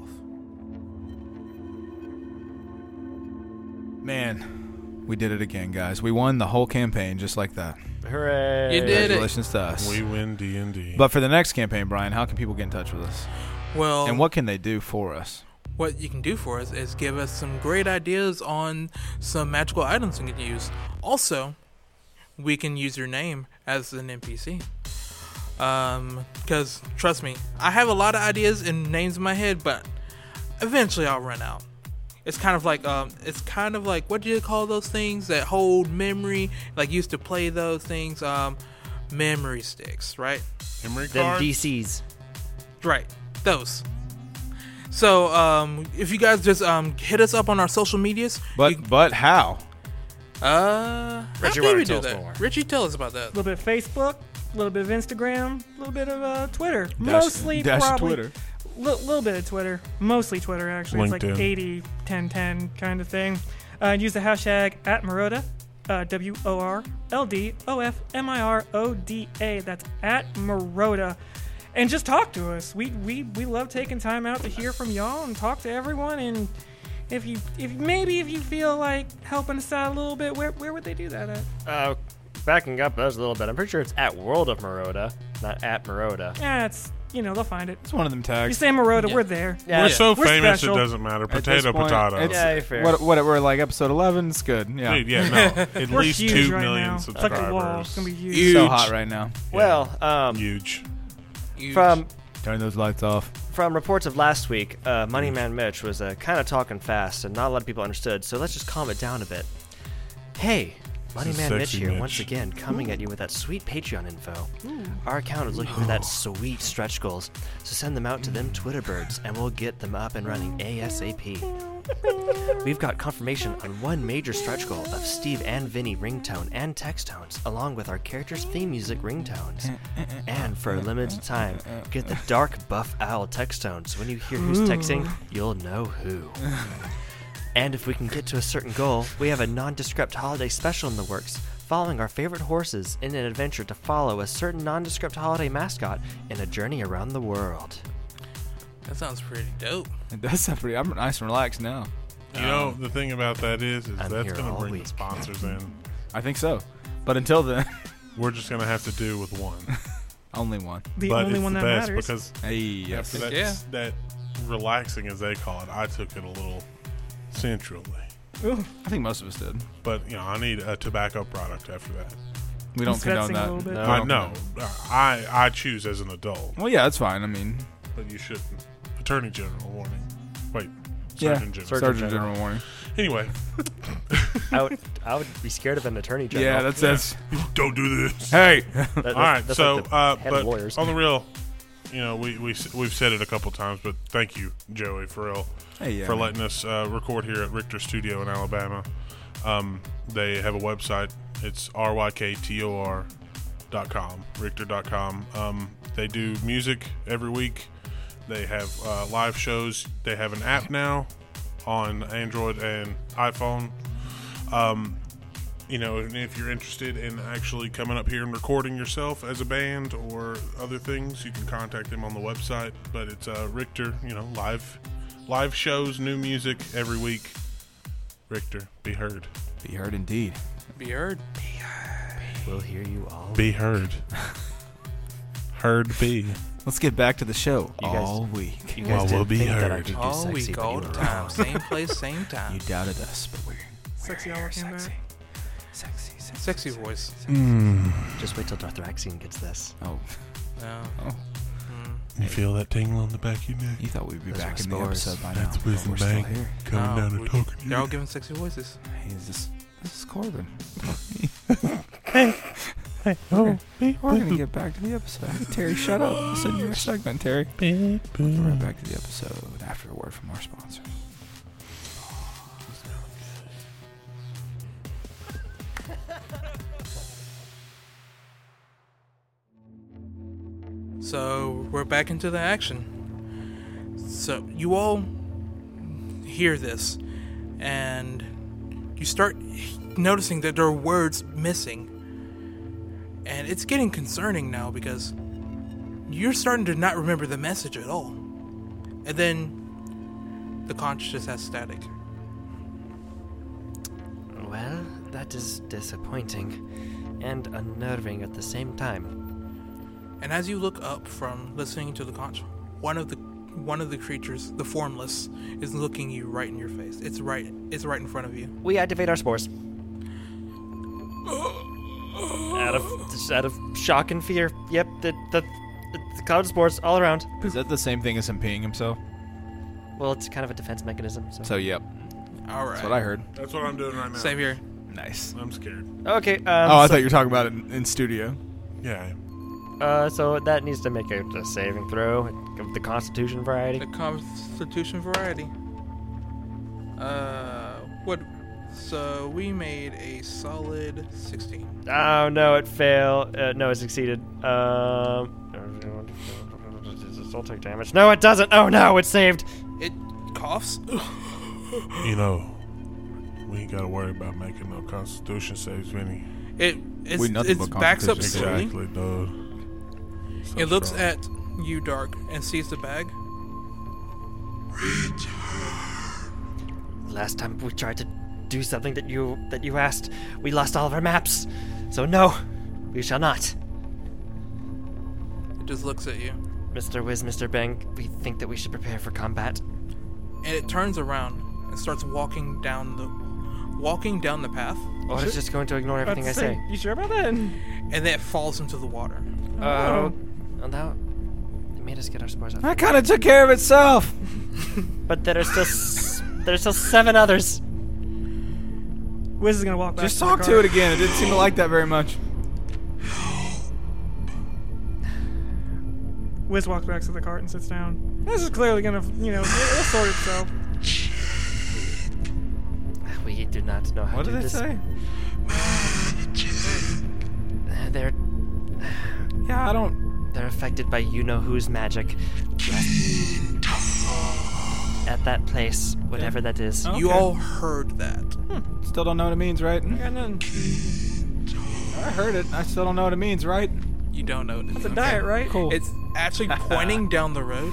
C: Man, we did it again, guys. We won the whole campaign just like that.
B: Hooray!
A: You did. it.
C: Congratulations to us.
D: we win D and D.
C: But for the next campaign, Brian, how can people get in touch with us?
A: well
C: And what can they do for us?
A: what you can do for us is give us some great ideas on some magical items we can use. Also, we can use your name as an NPC. Um, because trust me, I have a lot of ideas and names in my head, but eventually I'll run out. It's kind of like um, it's kind of like what do you call those things that hold memory? Like used to play those things, um, memory sticks, right?
D: Memory
B: Them
D: cards.
B: DCs.
A: Right. Those. So, um, if you guys just um, hit us up on our social medias, you,
C: But but how?
A: uh, how
B: Richie,
A: do
B: why don't
A: we do
B: you tell us
A: that?
B: more?
A: Richie, tell us about that.
E: A little bit of Facebook, a little bit of Instagram, a little bit of uh, Twitter.
C: Dash-
E: Mostly
C: dash
E: probably.
C: Twitter.
E: Li- little bit of Twitter. Mostly Twitter, actually. It's
D: LinkedIn.
E: like 80, 10, 10 kind of thing. Uh, and use the hashtag at Moroda, uh, W O R L D O F M I R O D A. That's at Moroda. and just talk to us. We we we love taking time out to hear from y'all and talk to everyone. And if you if maybe if you feel like helping us out a little bit, where where would they do that at?
B: Uh, backing up those a little bit, I'm pretty sure it's at World of Moroda, not at Moroda.
E: Yeah, it's you know they'll find it.
C: It's one of them
E: You
C: tags.
E: say Marota,
A: Yeah.
E: we're there.
B: Yeah,
D: We're so
E: We're
D: famous
E: special.
D: it doesn't matter.
C: At this
D: Potato,
C: point,
D: potato.
C: it's-
B: Yeah, fair.
C: What, what we're like episode eleven. It's good. Yeah,
D: Dude, yeah, no. At
E: We're
D: least
E: huge
D: two million
E: right now. It's like
D: subscribers.
E: a wall. It's gonna be huge.
A: You-
C: so
A: Huge.
C: hot right now.
B: well, um,
D: huge.
A: You-
D: um,
B: from
C: Turn those lights off.
B: from reports of last week, uh, Money Man Mitch was uh, kind of talking fast, and not a lot of people understood. So let's just calm it down a bit. Hey, Money
D: is
B: Man Mitch
D: sexy
B: here
D: Mitch.
B: once again, coming at you with that sweet Patreon info. Our account is looking for that sweet stretch goals, so send them out to them Twitter birds, and we'll get them up and running ASAP. We've got confirmation on one major stretch goal of Steve and Vinny ringtone and text tones, along with our characters' theme music ringtones. And for a limited time, get the dark buff owl text tone, so when you hear who's texting, you'll know who. And if we can get to a certain goal, we have a nondescript holiday special in the works, following our favorite horses in an adventure to follow a certain nondescript holiday mascot in a journey around the world.
A: that sounds pretty dope.
C: That's sound pretty. I'm nice and relaxed now.
D: You know, the thing about that is, is
B: Um, I'm
D: that's
B: here
D: going to
B: all
D: bring the
B: week.
D: sponsors in.
C: I think so. But until then,
D: We're just going to have to do with one.
C: only one.
E: the
D: but
E: only
D: it's
E: one
D: the
E: that
D: best
E: matters.
D: because
C: Hey, yes.
D: that's, that relaxing, as they call it, I took it a little centrally.
E: Ooh,
C: I think most of us did.
D: But, you know, I need a tobacco product after that.
C: We don't condone
E: Discussing a little
C: that.
E: bit.
B: Oh,
C: No,
D: I
C: don't
D: know. Uh,
C: condone
D: I, I choose as an adult,
C: it. Well, yeah, that's fine. I mean,
D: but you shouldn't. Attorney General warning. Wait,
C: Yeah.
D: Surgeon
B: Surgeon
D: General.
C: Sergeant
B: General.
C: General warning.
D: Anyway,
B: I would, I would be scared of an attorney general.
C: Yeah, that's that's.
D: don't do this.
C: Hey,
B: That-
D: All right,
B: that's
D: so
B: like the
D: uh,
B: head of
D: but
B: lawyers.
D: on the real, you know, we we s- we've said it a couple times, but thank you, Joey, for real,
C: Hey, yeah,
D: for
C: man.
D: letting us uh, record here at Richter Studio in Alabama. Um, they have a website. It's ryktor dot com, richter dot com. Um, they do music every week. They have uh, live shows. They have an app now on Android and iPhone you know, and if you're interested in actually coming up here and recording yourself as a band or other things, you can contact them on the website. But it's uh, Richter, you know, live live shows, new music every week. Richter, be heard.
C: Be heard indeed.
A: Be heard.
B: We'll hear you all.
D: Be heard. heard be.
C: Let's get back to the show
B: You guys-
C: all week.
B: You
D: Well,
B: didn't
D: we'll be
B: think that I
D: heard.
B: could do
A: All
B: sexy,
A: week,
B: but
A: all
B: you
A: the
B: were
A: time,
B: wrong.
A: same place, same time.
C: You doubted us, but we're
E: Sexy hour came back.
C: sexy, sexy,
A: Sexy voice.
D: Mm.
B: Just wait till Darthraxian gets this.
C: Oh,
A: No. Mm.
C: oh,
D: You feel that tingle on the back of your neck?
C: you thought we'd be
B: Those
C: back
B: were
C: in the
B: spores.
C: episode by now.
D: That's
C: but
D: Wisdom
C: we're still
D: Bank
C: here.
D: coming
A: No,
D: down and
A: we-
D: talking to
A: They're all
D: you.
A: giving sexy voices.
C: Hey, is this this is Corbin.
D: Oh,
C: We're gonna get back to the episode. Terry, shut up. Listen to your segment, Terry. We're right back to the episode after a word from our sponsor.
A: So we're back into the action. So you all hear this, and you start noticing that there are words missing. And it's getting concerning now because you're starting to not remember the message at all. And then the conch just has static.
B: Well, that is disappointing and unnerving at the same time.
A: And as you look up from listening to the conch, one of the one of the creatures, the formless, is looking you right in your face. It's right it's right in front of you.
B: We activate our spores. out of just out of shock and fear. Yep, the the, the cloud of spores all around.
C: Is that the same thing as him peeing himself?
B: Well, it's kind of a defense mechanism. So,
C: So, yep. Um,
A: All right.
C: That's what I heard.
D: That's what I'm doing right now.
A: Same here.
C: Nice.
D: I'm scared.
B: okay. Um,
C: Oh, I
B: so,
C: thought you were talking about it in, in studio.
D: Yeah, I am.
B: uh, so that needs to make a, a saving throw of the Constitution variety.
A: The Constitution variety. Uh, what? So we made a solid 16.
B: Oh no, it failed. Uh, no, it succeeded. Um, does it still take damage? No, it doesn't. Oh no, it's saved.
A: It coughs.
D: You know, we ain't got to worry about making no Constitution saves, Vinny.
A: It it's,
C: We nothing
A: it
C: but
A: backs up
C: Constitution
A: slowly.
D: Exactly, dude. So
A: It looks
D: strong.
A: at you, Dark, and sees the bag.
B: Last time we tried to do something that you that you asked, we lost all of our maps. So no, we shall not.
A: It just looks at you.
B: Mr. Wiz, Mr. Bang, we think that we should prepare for combat.
A: And it turns around and starts walking down the walking down the path
B: Or it's just going to ignore
E: About
B: everything
E: to
B: I
E: say,
B: say.
E: You sure about that?
A: and then it falls into the water.
B: Oh, well, that it made us get our spores
C: That
B: off.
C: kind of took care of itself.
B: But there are still s- there are still seven others.
E: Wiz is gonna walk back.
C: Just
E: to the
C: talk
E: car.
C: to it again. It didn't seem to like that very much.
E: Wiz walks back to the cart and sits down. This is clearly gonna, you know, it'll sort itself.
B: We do not know how
C: What
B: to
C: did
B: do this.
C: it say?
B: Uh, They're
C: Yeah, I don't.
B: they're affected by you know who's magic. At that place, whatever that is.
A: You
C: Okay.
A: all heard that.
C: Still don't know what it means, right? Mm,
E: Got nothing.
C: I heard it. I still don't know what it means, right?
A: You don't know.
E: It's a diet, right?
C: Cool.
A: It's actually pointing down the road.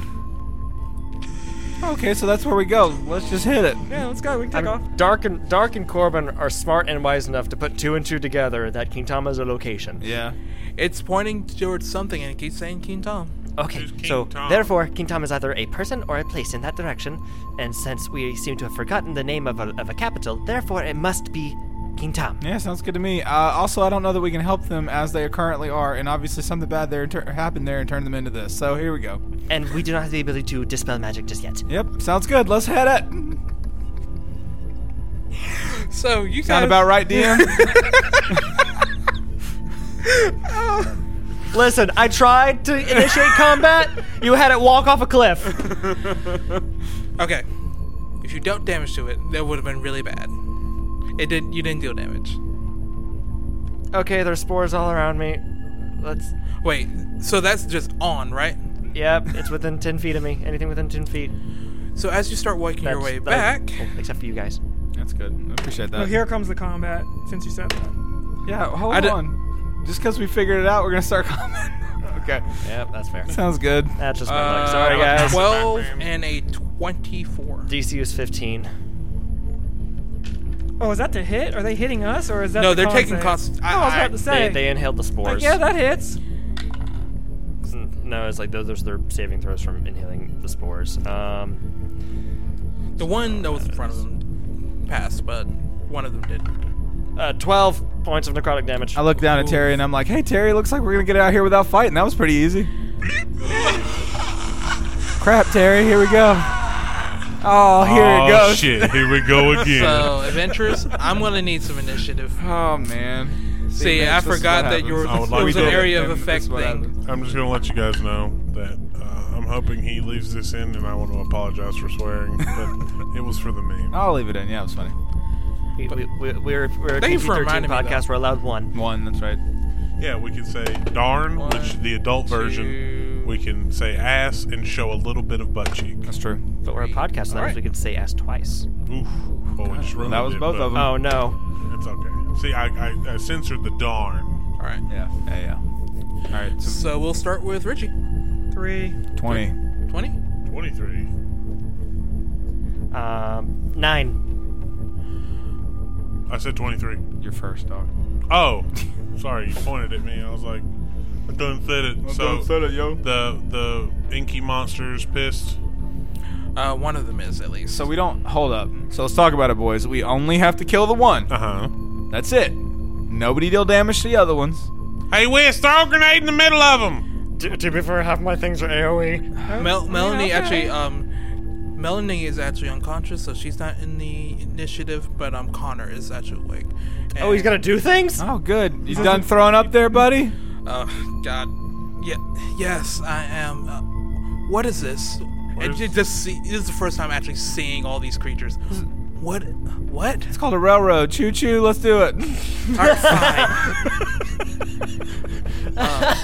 C: okay, so that's where we go. Let's just hit it.
E: Yeah, let's go. We can
B: I
E: take
B: mean,
E: off.
B: Dark and Dark and Corbin are smart and wise enough to put two and two together that Kintama's a location.
C: Yeah.
A: It's pointing towards something and it keeps saying King Tom.
B: Okay,
D: Who's King
B: so
D: Tom?
B: therefore, King Tom is either a person or a place in that direction, and since we seem to have forgotten the name of a, of a capital, therefore it must be King Tom.
C: Yeah, sounds good to me. Uh, also, I don't know that we can help them as they currently are, and obviously something bad there tur- happened there and turned them into this. So here we go.
B: And we do not have the ability to dispel magic just yet.
C: Yep, sounds good. Let's hit it.
A: So you
C: Sound
A: guys
C: about right, DM?
B: Listen, I tried to initiate combat. You had it walk off a cliff.
A: Okay. If you dealt damage to it, that would have been really bad. It did. You didn't deal damage.
B: Okay, there's spores all around me. Let's.
A: Wait. So that's just on, right?
B: Yep, it's within ten feet of me. Anything within ten feet.
A: So as you start working your
B: That's-
A: way
B: that-
A: back,
B: oh, except for you guys.
C: that's good. I appreciate that.
E: Well, Oh, here comes the combat. Since you said that,
C: Yeah, hold
A: I d-
C: on. Just because we figured it out, we're gonna start commenting. okay,
B: Yep, that's fair.
C: sounds good.
B: That's just my luck.
A: uh,
B: Sorry,
A: a
B: guys.
A: twelve
D: Batman.
A: and a twenty-four.
B: DC is 15.
E: oh, is that to hit? Are they hitting us, or is that?
A: No,
E: the
A: they're
E: con
A: taking
E: save?
A: cost-
E: Oh,
A: I-
E: I, was
A: I-
E: about to say.
B: They, they inhaled the
E: like,
B: spores.
E: yeah, that hits.
B: No, it's like those, those are their saving throws from inhaling the spores. Um,
A: The one that was in front of them passed, but one of them did.
B: uh, 12 points of necrotic damage.
C: I look down at Terry and I'm like, "Hey, Terry, looks like we're gonna get out here without fighting. That was pretty easy." Crap, Terry. Here we go. Oh, here
D: oh,
C: it goes.
D: shit. Here we go again.
A: So adventurers, I'm gonna need some initiative.
C: Oh man.
A: See, I
C: this is
A: forgot
C: what
A: that you were,
D: I would
C: happens. Oh,
D: like
A: it was
D: to
A: an
D: do it,
A: area of
C: and this is
A: effect
C: what
A: thing.
C: happens.
D: I'm just gonna let you guys know that uh, I'm hoping he leaves this in, and I want to apologize for swearing, but it was for the meme.
C: I'll leave it in. Yeah, it was funny.
B: We, we, we, we're we're a
A: Thank you for
B: PG-13
A: reminding me,
B: podcast. We're allowed one.
C: One. That's right.
D: Yeah, we can say darn,
A: One,
D: which the adult version.
A: two.
D: We can say ass and show a little bit of butt cheek.
C: That's true.
B: But we're a podcast, so that means
A: Alright.
B: we could say ass twice.
D: Oof. Well, we just ruined
C: That was
D: it,
C: both
D: but
C: of them.
B: Oh, no.
D: It's okay. See, I, I, I censored the darn.
A: All right.
C: Yeah. Yeah. Yeah. All right. So
A: So we'll start with Richie.
E: Three.
C: Twenty.
A: Twenty.
D: 23.
B: Um, nine.
D: I said 23.
C: Your first dog.
D: Oh, sorry. You pointed at me. I was like, I done said it. so
C: it, yo.
D: the the inky monsters pissed.
A: Uh, one of them is at least.
C: So we don't hold up. So let's talk about it, boys. We only have to kill the one.
D: Uh huh.
C: That's it. Nobody deal damage to the other ones.
D: Hey, Wes, throw a grenade in the middle of them.
B: To, to be fair, half my things are E. AoE.
A: Mel- Melanie
E: okay.
A: actually, um, Melanie is actually unconscious, so she's not in the initiative. But um, Connor is actually awake.
B: Oh, he's
A: And,
B: gonna do things?
C: Oh, good. You done throwing up there, buddy?
A: Uh, God. Yeah. Yes, I am. Uh, what is this? And
D: Where's-
A: you just see. This is the first time actually seeing all these creatures. What? What?
C: It's called a railroad. Choo choo. Let's do it.
A: All right, fine.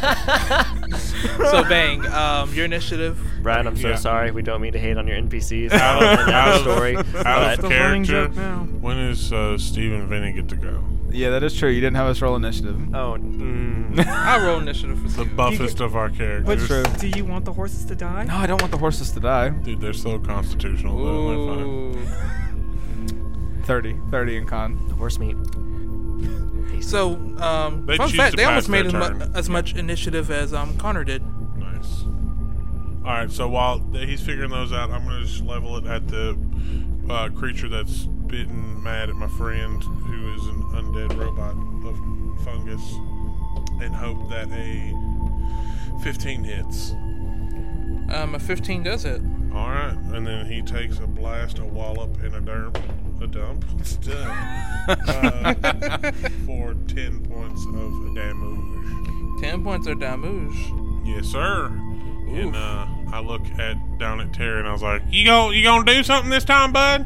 A: Um, so bang. Um, your initiative.
B: Brian, I'm so
D: Yeah.
B: sorry. We don't mean to hate on your NPCs.
D: Out of-
B: Out
D: out
B: of
D: of-
B: story.
D: out of
B: but-
E: The running
D: Character.
E: joke now.
D: When is uh, Steve and Vinny get to go?
C: yeah, that is true. You didn't have us roll initiative.
B: Oh, mm,
A: I roll initiative for
D: The
A: you.
D: buffest of our
E: But
D: characters.
C: true.
E: do you want the horses to die?
C: No, I don't want the horses to die.
D: Dude, they're so constitutional. Though. They're fine.
A: Ooh.
C: 30. 30 in con.
B: Horse meat.
A: So, um,
D: They
A: fun
D: choose
A: fact,
D: to
A: they
D: pass
A: almost
D: their
A: made as, mu-
D: turn.
A: as much initiative as um, Connor did.
D: Nice. All right, so while th- he's figuring those out, I'm going to just level it at the uh, creature that's bitten mad at my friend, who is an undead robot of fungus, and hope that a 15 hits.
A: Um, a 15 does it.
D: All right, and then he takes a blast, a wallop, and a dump, a dump, It's dump, uh, for 10 points of damage.
A: 10 points are damage.
D: Yes, sir. And uh, I look at down at Terry and I was like, "You go, you gonna do something this time, bud?"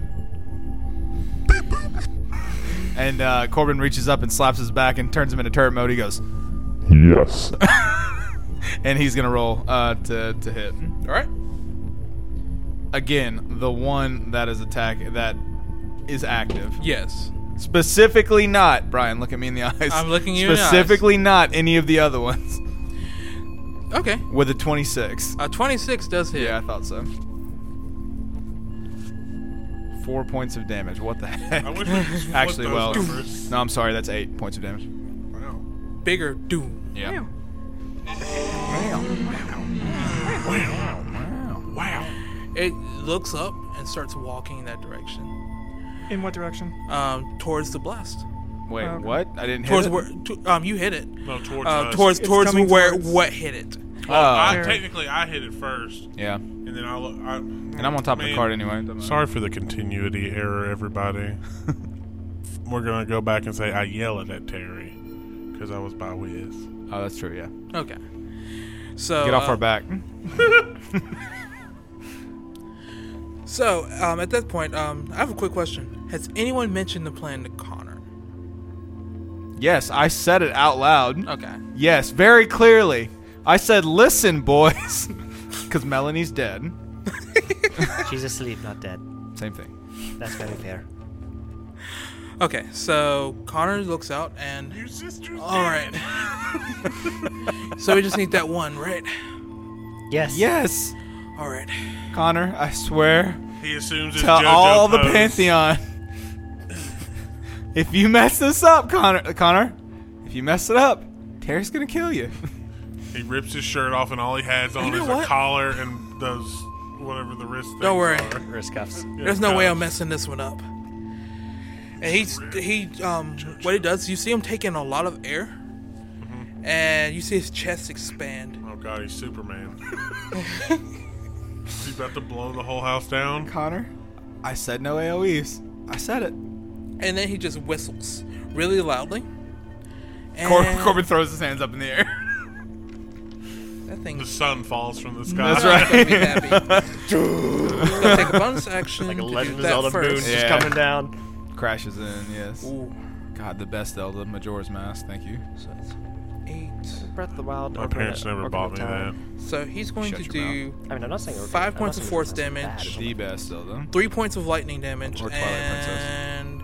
C: And uh, Corbin reaches up and slaps his back and turns him into turret mode. He goes,
F: Yes.
C: and he's going to roll uh, to, to hit.
A: All right.
C: Again, the one that is attack that is active.
A: Yes.
C: Specifically not, Brian, look at me in the eyes.
A: I'm looking you in the eyes.
C: Specifically not any of the other ones.
A: Okay.
C: With a 26.
A: Uh, 26 does hit.
C: Yeah, I thought so. Four points of damage. What the heck?
D: I wish we could just flip
C: Actually,
D: those
C: well,
D: numbers.
C: no, I'm sorry. That's eight points of damage.
D: Wow.
A: Bigger doom.
C: Yeah.
E: Ew.
D: Wow.
A: It looks up and starts walking in that direction,
E: In what direction?
A: um, towards the blast.
C: Wait,
E: Oh, Okay.
C: what? I didn't
A: Towards
C: hit it.
A: where? To, um, you hit it.
D: No, towards
A: Uh,
D: us.
A: towards
E: It's
A: towards
E: coming
A: where
E: towards-
A: what hit it?
C: Oh,
D: I
E: Terry.
D: technically I hit it first,
C: yeah.
D: and then I look. I,
C: And I'm on top of the card anyway. Doesn't matter.
D: Sorry for the continuity error, everybody. We're gonna go back and say I yelled at Terry because I was by Wiz.
C: Oh, that's true. Yeah.
A: Okay. So
C: Get off
A: uh,
C: our back.
A: So um, at that point, um, I have a quick question. Has anyone mentioned the plan to Connor?
C: Yes, I said it out loud.
A: Okay.
C: Yes, very clearly. I said, "Listen, boys," because Melanie's dead.
B: She's asleep, not dead.
C: Same thing.
B: That's very fair.
A: Okay. So Connor looks out and
D: Your sister's
A: all
C: Oh.
A: right. so we just need that one, right?
B: Yes.
C: Yes,
A: All right.
C: Connor. I swear
D: He assumes it's
C: to
D: JoJo
C: all the
D: pose.
C: pantheon. if you mess this up, Connor, Connor, if you mess it up, Terry's gonna kill you.
D: He rips his shirt off, and all he has on
A: know
D: is
A: what?
D: a collar and those whatever the wrist.
A: Don't
D: things
A: worry.
D: are.
B: Wrist cuffs.
A: There's no way I'm
D: Guys.
A: messing this one up. And he's he um what he does, you see him taking a lot of air,
C: Mm-hmm.
A: and you see his chest expand.
D: Oh god, he's Superman. he's about to blow the whole house down.
C: Connor, I said no AOE's. I said it.
A: and then he just whistles really loudly. And
C: Cor- Corbin throws his hands up in the air.
A: that
D: The
A: thing.
D: sun falls from the sky.
C: That's
A: That's
C: right.
A: gonna be happy. He's gonna take a bonus action
B: Like a
A: to do
B: Legend of
A: that
B: Zelda moon
A: first.
B: just
C: Yeah.
B: coming down.
C: Crashes in. Yes.
A: Ooh,
C: God, the best Zelda, Majora's Mask. Thank you.
A: so that's eight.
B: Breath of the Wild.
D: My parents never bought me that.
A: So he's going
C: Shut
A: to
C: your
A: do
B: I mean, I'm not saying Organ-
A: Five
B: I'm
A: points
B: not
A: of
B: saying
A: force
B: Organ is bad.
A: damage.
B: It's
C: The best Zelda.
A: three points of lightning damage,
C: Or Twilight Princess.
A: and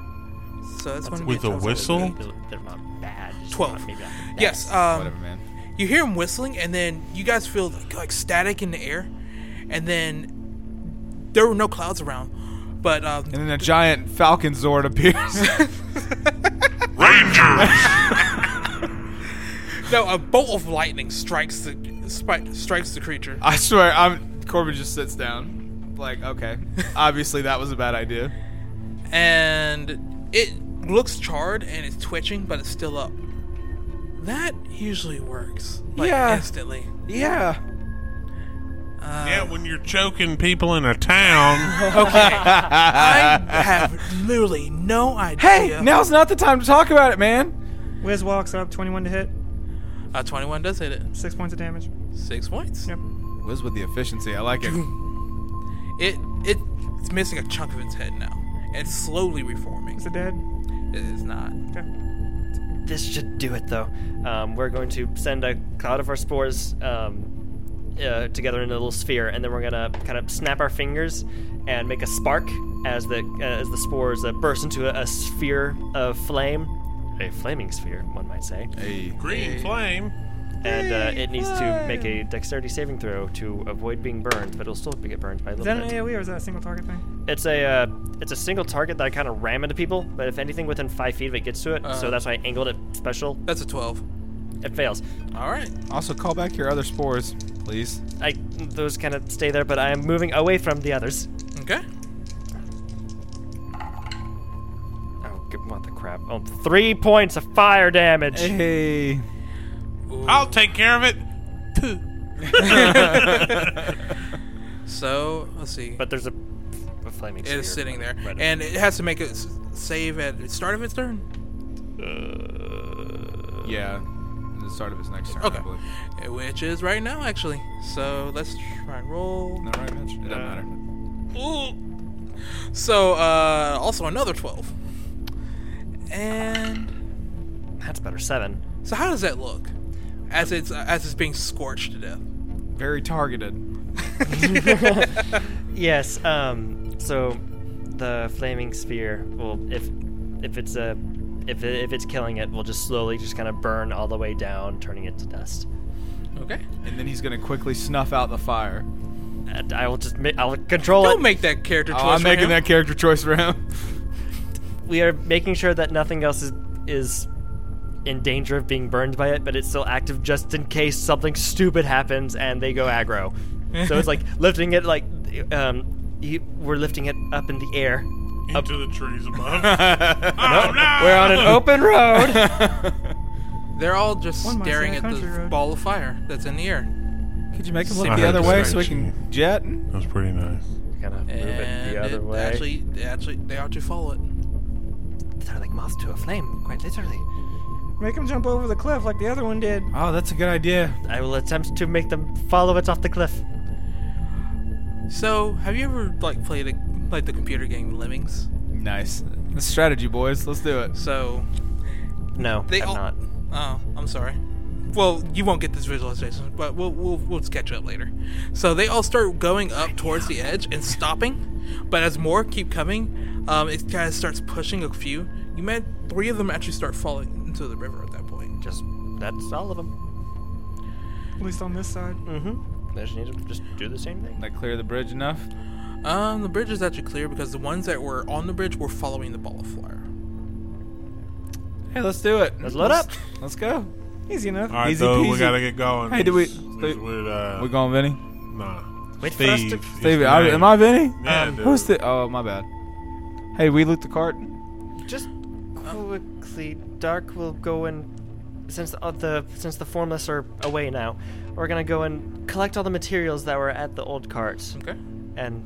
A: so that's, going to be
D: With
A: a
D: a
A: total of
D: whistle?
A: eight.
B: They're not bad. just
A: Twelve.
B: not- maybe not the
A: Yes.
B: best.
A: Um,
C: Whatever, man.
A: you hear him whistling, and then you guys feel like, like static in the air, and then there were no clouds around, but um,
C: And then a giant Falcon Zord appears.
A: no, a bolt of lightning strikes the spri- strikes the creature.
C: I swear, I'm Corbin just sits down. Like, okay. Obviously, that was a bad idea.
A: and it looks charred and it's twitching, but it's still up. That usually works, like
C: Yeah.
A: instantly.
C: Yeah.
D: yeah, when you're choking people in a town.
A: I have literally no idea.
C: Hey, now's not the time to talk about it, man.
E: Wiz walks up, 21 to hit,
A: a Uh, twenty-one does hit it.
E: 6 points of damage.
A: Six points.
E: Yep.
C: Liz with the efficiency. I like it.
A: It it it's missing a chunk of its head now. It's slowly reforming.
E: Is it dead?
A: It is not.
E: Okay.
B: this should do it though. Um, we're going to send a cloud of our spores um, uh, together in a little sphere, and then we're gonna kind of snap our fingers and make a spark as the uh, as the spores uh, burst into a, a sphere of flame. a flaming sphere, one might say,
C: Hey.
D: Green
A: Hey.
D: flame.
B: and uh, it needs to make a dexterity saving throw to avoid being burned, but it'll still get burned by a
E: Is
B: little
E: that an
B: bit.
E: AoE or is that a single target thing?
B: It's a uh, it's a single target that I kind of ram into people, but if anything within five feet of it gets to it, so
A: Uh.
B: that's why I angled it special.
A: That's a 12.
B: It fails.
A: All right.
C: Also, call back your other spores, please.
B: I those kind of stay there, but I am moving away from the others.
A: Okay.
B: Oh, good- what the crap! Oh, three points of fire damage.
C: Hey.
D: I'll take care of it.
A: Poo. so, let's see.
B: But there's a, a flaming.
A: it is
B: sphere
A: sitting there.
B: right up-
A: And it has to make a s- save at the start of its turn,
C: Yeah. The start of his next turn.
A: Okay. believe. which is right now, actually. So, let's try and roll.
C: Not right, Mitch. It doesn't matter.
A: Ooh. So, uh, also another 12. And
B: that's better. Seven.
A: so, how does that look as it's uh, as it's being scorched to death?
C: Very targeted.
B: Yes. Um. So, the flaming sphere will, if if it's a if it, if it's killing it, will just slowly just kind of burn all the way down, turning it to dust.
A: Okay.
C: And then he's gonna quickly snuff out the fire.
B: And I will just ma- I'll control
A: Don't
B: it.
A: make that character
C: Oh,
A: choice.
C: I'm
A: for
C: making
A: him.
C: that character choice for him.
B: we are making sure that nothing else is is in danger of being burned by it, but it's still active just in case something stupid happens and they go aggro. so it's like lifting it like um you, we're lifting it up in the air.
D: Into the trees above. oh no!
B: We're on an open road.
A: They're all just
E: One might say
A: staring
E: a
A: at the
E: country road.
A: ball of fire that's in the air.
C: Could you make him
D: I
C: look the
D: heard
C: other
D: the
C: way
D: scratch.
C: so we can jet?
D: That was pretty nice.
B: kind of move it
A: And
B: the other
A: it
B: way.
A: actually, actually, they actually follow it.
B: They're like moths to a flame, quite literally.
E: Make him jump over the cliff like the other one did.
C: Oh, that's a good idea.
B: I will attempt to make them follow it off the cliff.
A: So, have you ever like played a, like the computer game Lemmings?
C: Nice. That's strategy, boys. Let's do it.
A: So
B: No,
A: they
B: I'm
A: all.
B: not.
A: Oh, I'm sorry. Well, you won't get this visualization, but we'll we'll we'll just catch up later. So they all start going up towards the edge and stopping, but as more keep coming, um, it kind of starts pushing a few. You met three of them actually start falling into the river at that point.
B: Just that's all of them.
E: At least on this side.
B: Mm-hmm. They just need to just do the same thing.
C: That clear the bridge enough?
A: Um, the bridge is actually clear because the ones that were on the bridge were following the ball of fire.
C: Hey, let's do it.
B: Let's load up.
C: Let's go.
E: Easy enough.
D: All right,
C: Easy
D: though, we
C: peasy.
D: gotta get going.
C: Hey, do we-
D: It's- it's with, uh,
C: We're going, Vinny.
D: Nah.
B: Wait for us
D: Steve.
B: to-
D: is
C: Stevie,
D: the
C: I,
D: name.
C: am I Vinny?
D: Yeah, dude.
C: Who's the? Oh, my bad. Hey, we loot the cart.
B: Just quickly, Dark will go and since the, uh, the since the formless are away now, we're gonna go and collect all the materials that were at the old cart
A: Okay.
B: and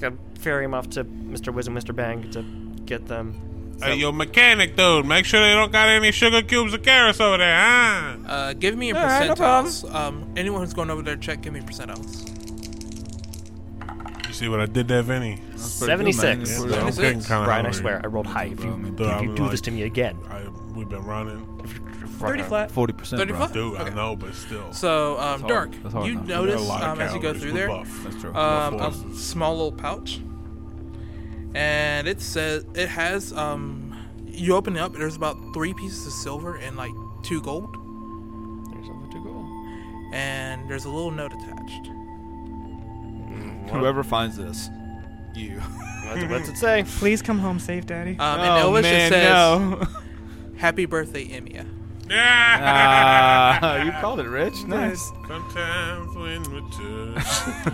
B: g- ferry them off to Mr. Wiz and Mr. Bang to get them.
D: Hey, yo, mechanic dude, make sure they don't got any sugar cubes or carrots over there, huh?
A: Uh, give me a
E: All right, no
A: percentiles. um, anyone who's going over there, check. Give me percentiles.
D: You see what I did there, Vinny?
B: Seventy-six.
C: Yeah.
D: I'm
A: Six.
D: getting kinda
B: Brian, I
D: hungry.
B: swear, I rolled high. If you
C: Bro,
B: if
D: I'm
B: you do
D: like-
B: this to me again,
D: I, we've been running.
E: Thirty flat.
C: Forty percent.
A: Thirty plus.
D: Dude,
A: Okay.
D: I know, but still.
A: So, um, Dark,
C: hard. That's hard
A: you
C: enough. We got a
A: notice
D: lot of
A: um, as you go
D: calories.
A: through
D: We're
A: there,
D: buff.
C: That's true.
A: um,
D: We're
A: a
D: forces.
A: small little pouch, and it says it has. Um, you open it up. There's about three pieces of silver and like two gold, and there's a little note attached.
C: Whoever finds this, you.
B: What's, what's it say?
E: Please come home safe, Daddy.
A: Um, in Elvish it says,
C: Oh, no.
A: "Happy birthday, Emia."
D: Yeah.
C: Ah, you called it, Rich. Nice.
D: Sometimes when we're two.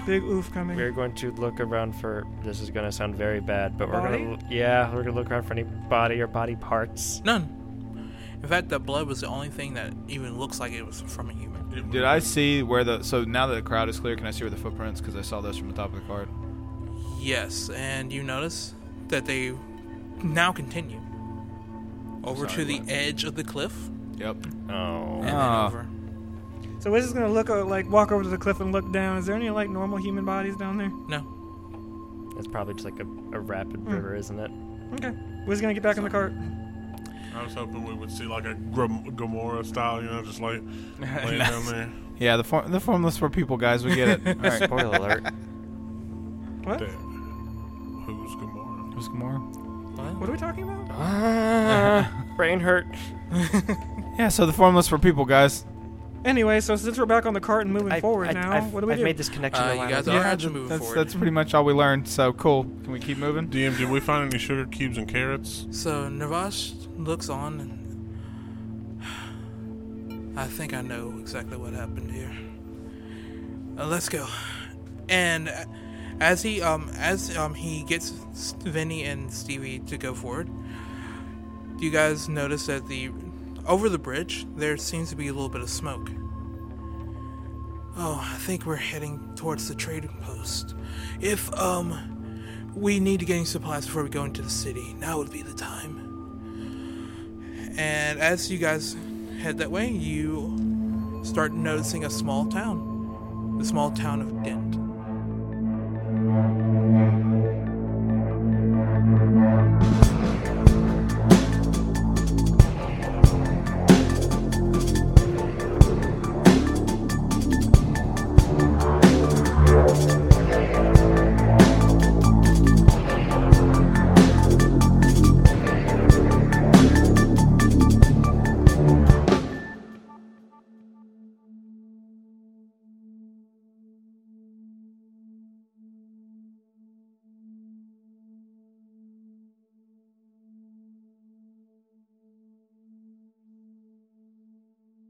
E: Big oof coming.
B: We're going to look around for. This is going to sound very bad, but we're going
E: Body?
B: to. Yeah, we're going to look around for any body or body parts.
A: None. In fact, the blood was the only thing that even looks like it was from a human.
C: Did I see where the? So now that the crowd is clear, can I see where the footprints? Because I saw those from the top of the cart.
A: Yes, and you notice that they now continue over
C: sorry,
A: to the
C: what?
A: edge of the cliff
C: Yep.
B: Oh.
A: and
C: Ah.
A: then over.
E: So we're just gonna look uh, like walk over to the cliff and look down. Is there any like normal human bodies down there?
A: No,
B: It's probably just like a, a rapid river, isn't it?
E: Okay. We're just gonna get back in the cart.
D: I was hoping we would see like a Grom- Gamora style, you know, just like laying down there.
C: Yeah, the form, the formless for people, guys. We get it. All right.
B: Spoiler alert.
E: What?
D: There. Who's Gamora?
C: Who's Gamora?
E: What are we talking about?
B: brain hurt.
C: Yeah, so the formula's for people, guys.
E: Anyway, so since we're back on the cart and moving
B: I-
E: forward
B: I-
E: now,
B: I've,
E: what do we
B: I've
E: do?
B: made this connection.
A: Uh,
B: a
A: you
B: while
A: guys
B: ago.
A: are-
C: yeah,
A: Alright, so moving
C: that's,
A: forward.
C: that's pretty much all we learned. So cool. Can we keep moving?
D: DM, did we find any sugar cubes and carrots?
A: So Nirvash looks on and I think I know exactly what happened here. Uh, let's go. And uh, as he um as um he gets S- Vinny and Stevie to go forward, you guys notice that the over the bridge there seems to be a little bit of smoke. Oh, I think we're heading towards the trading post. If um we need to get any supplies before we go into the city. Now would be the time. And as you guys head that way, you start noticing a small town. The small town of Den.